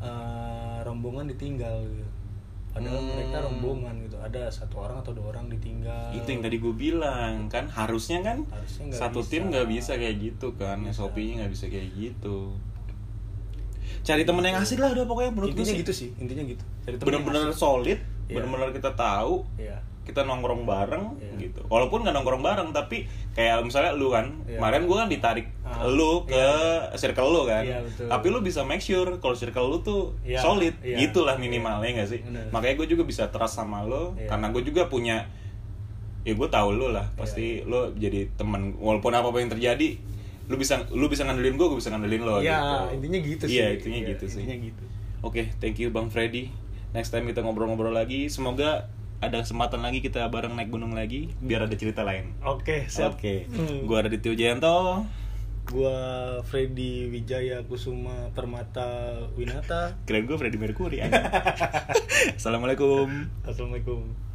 eh, rombongan ditinggal gitu. Padahal Hmm. mereka rombongan gitu. Ada satu orang atau dua orang ditinggal. itu yang tadi gue bilang kan harusnya kan Harusnya nggak satu bisa. tim nggak bisa kayak gitu kan SOP-nya nggak bisa kayak gitu cari temen yang asik lah udah pokoknya menurut gue intinya sih gitu sih, intinya gitu. Cari temen yang bener-bener asik. solid Iya. bener-bener kita tahu Iya. kita nongkrong bareng Iya. gitu walaupun nggak nongkrong bareng tapi kayak misalnya lu kan Iya. kemarin gue kan ditarik Ah, lu ke circle lu kan Iya, betul. tapi lu bisa make sure kalau circle lu tuh Iya, solid iya. gitulah minimalnya nggak sih Bener. makanya gue juga bisa trust sama lu Iya. karena gue juga punya ya gue tahu lu lah pasti iya. lu jadi teman walaupun apa apa yang terjadi lu bisa lu bisa ngandelin gue gue bisa ngandelin lo Iya, gitu. intinya gitu sih. iya intinya Iya, gitu sih intinya gitu. Oke, thank you Bang Freddy. Next time kita ngobrol-ngobrol lagi. Semoga ada kesempatan lagi kita bareng naik gunung lagi biar ada cerita lain. Oke, siap. Oke. Hmm. Gua Raditya Jayanto, Gua Freddy Wijaya Kusuma Permata Winata. keren gua Freddy Mercury. anjing. Assalamualaikum. Assalamualaikum.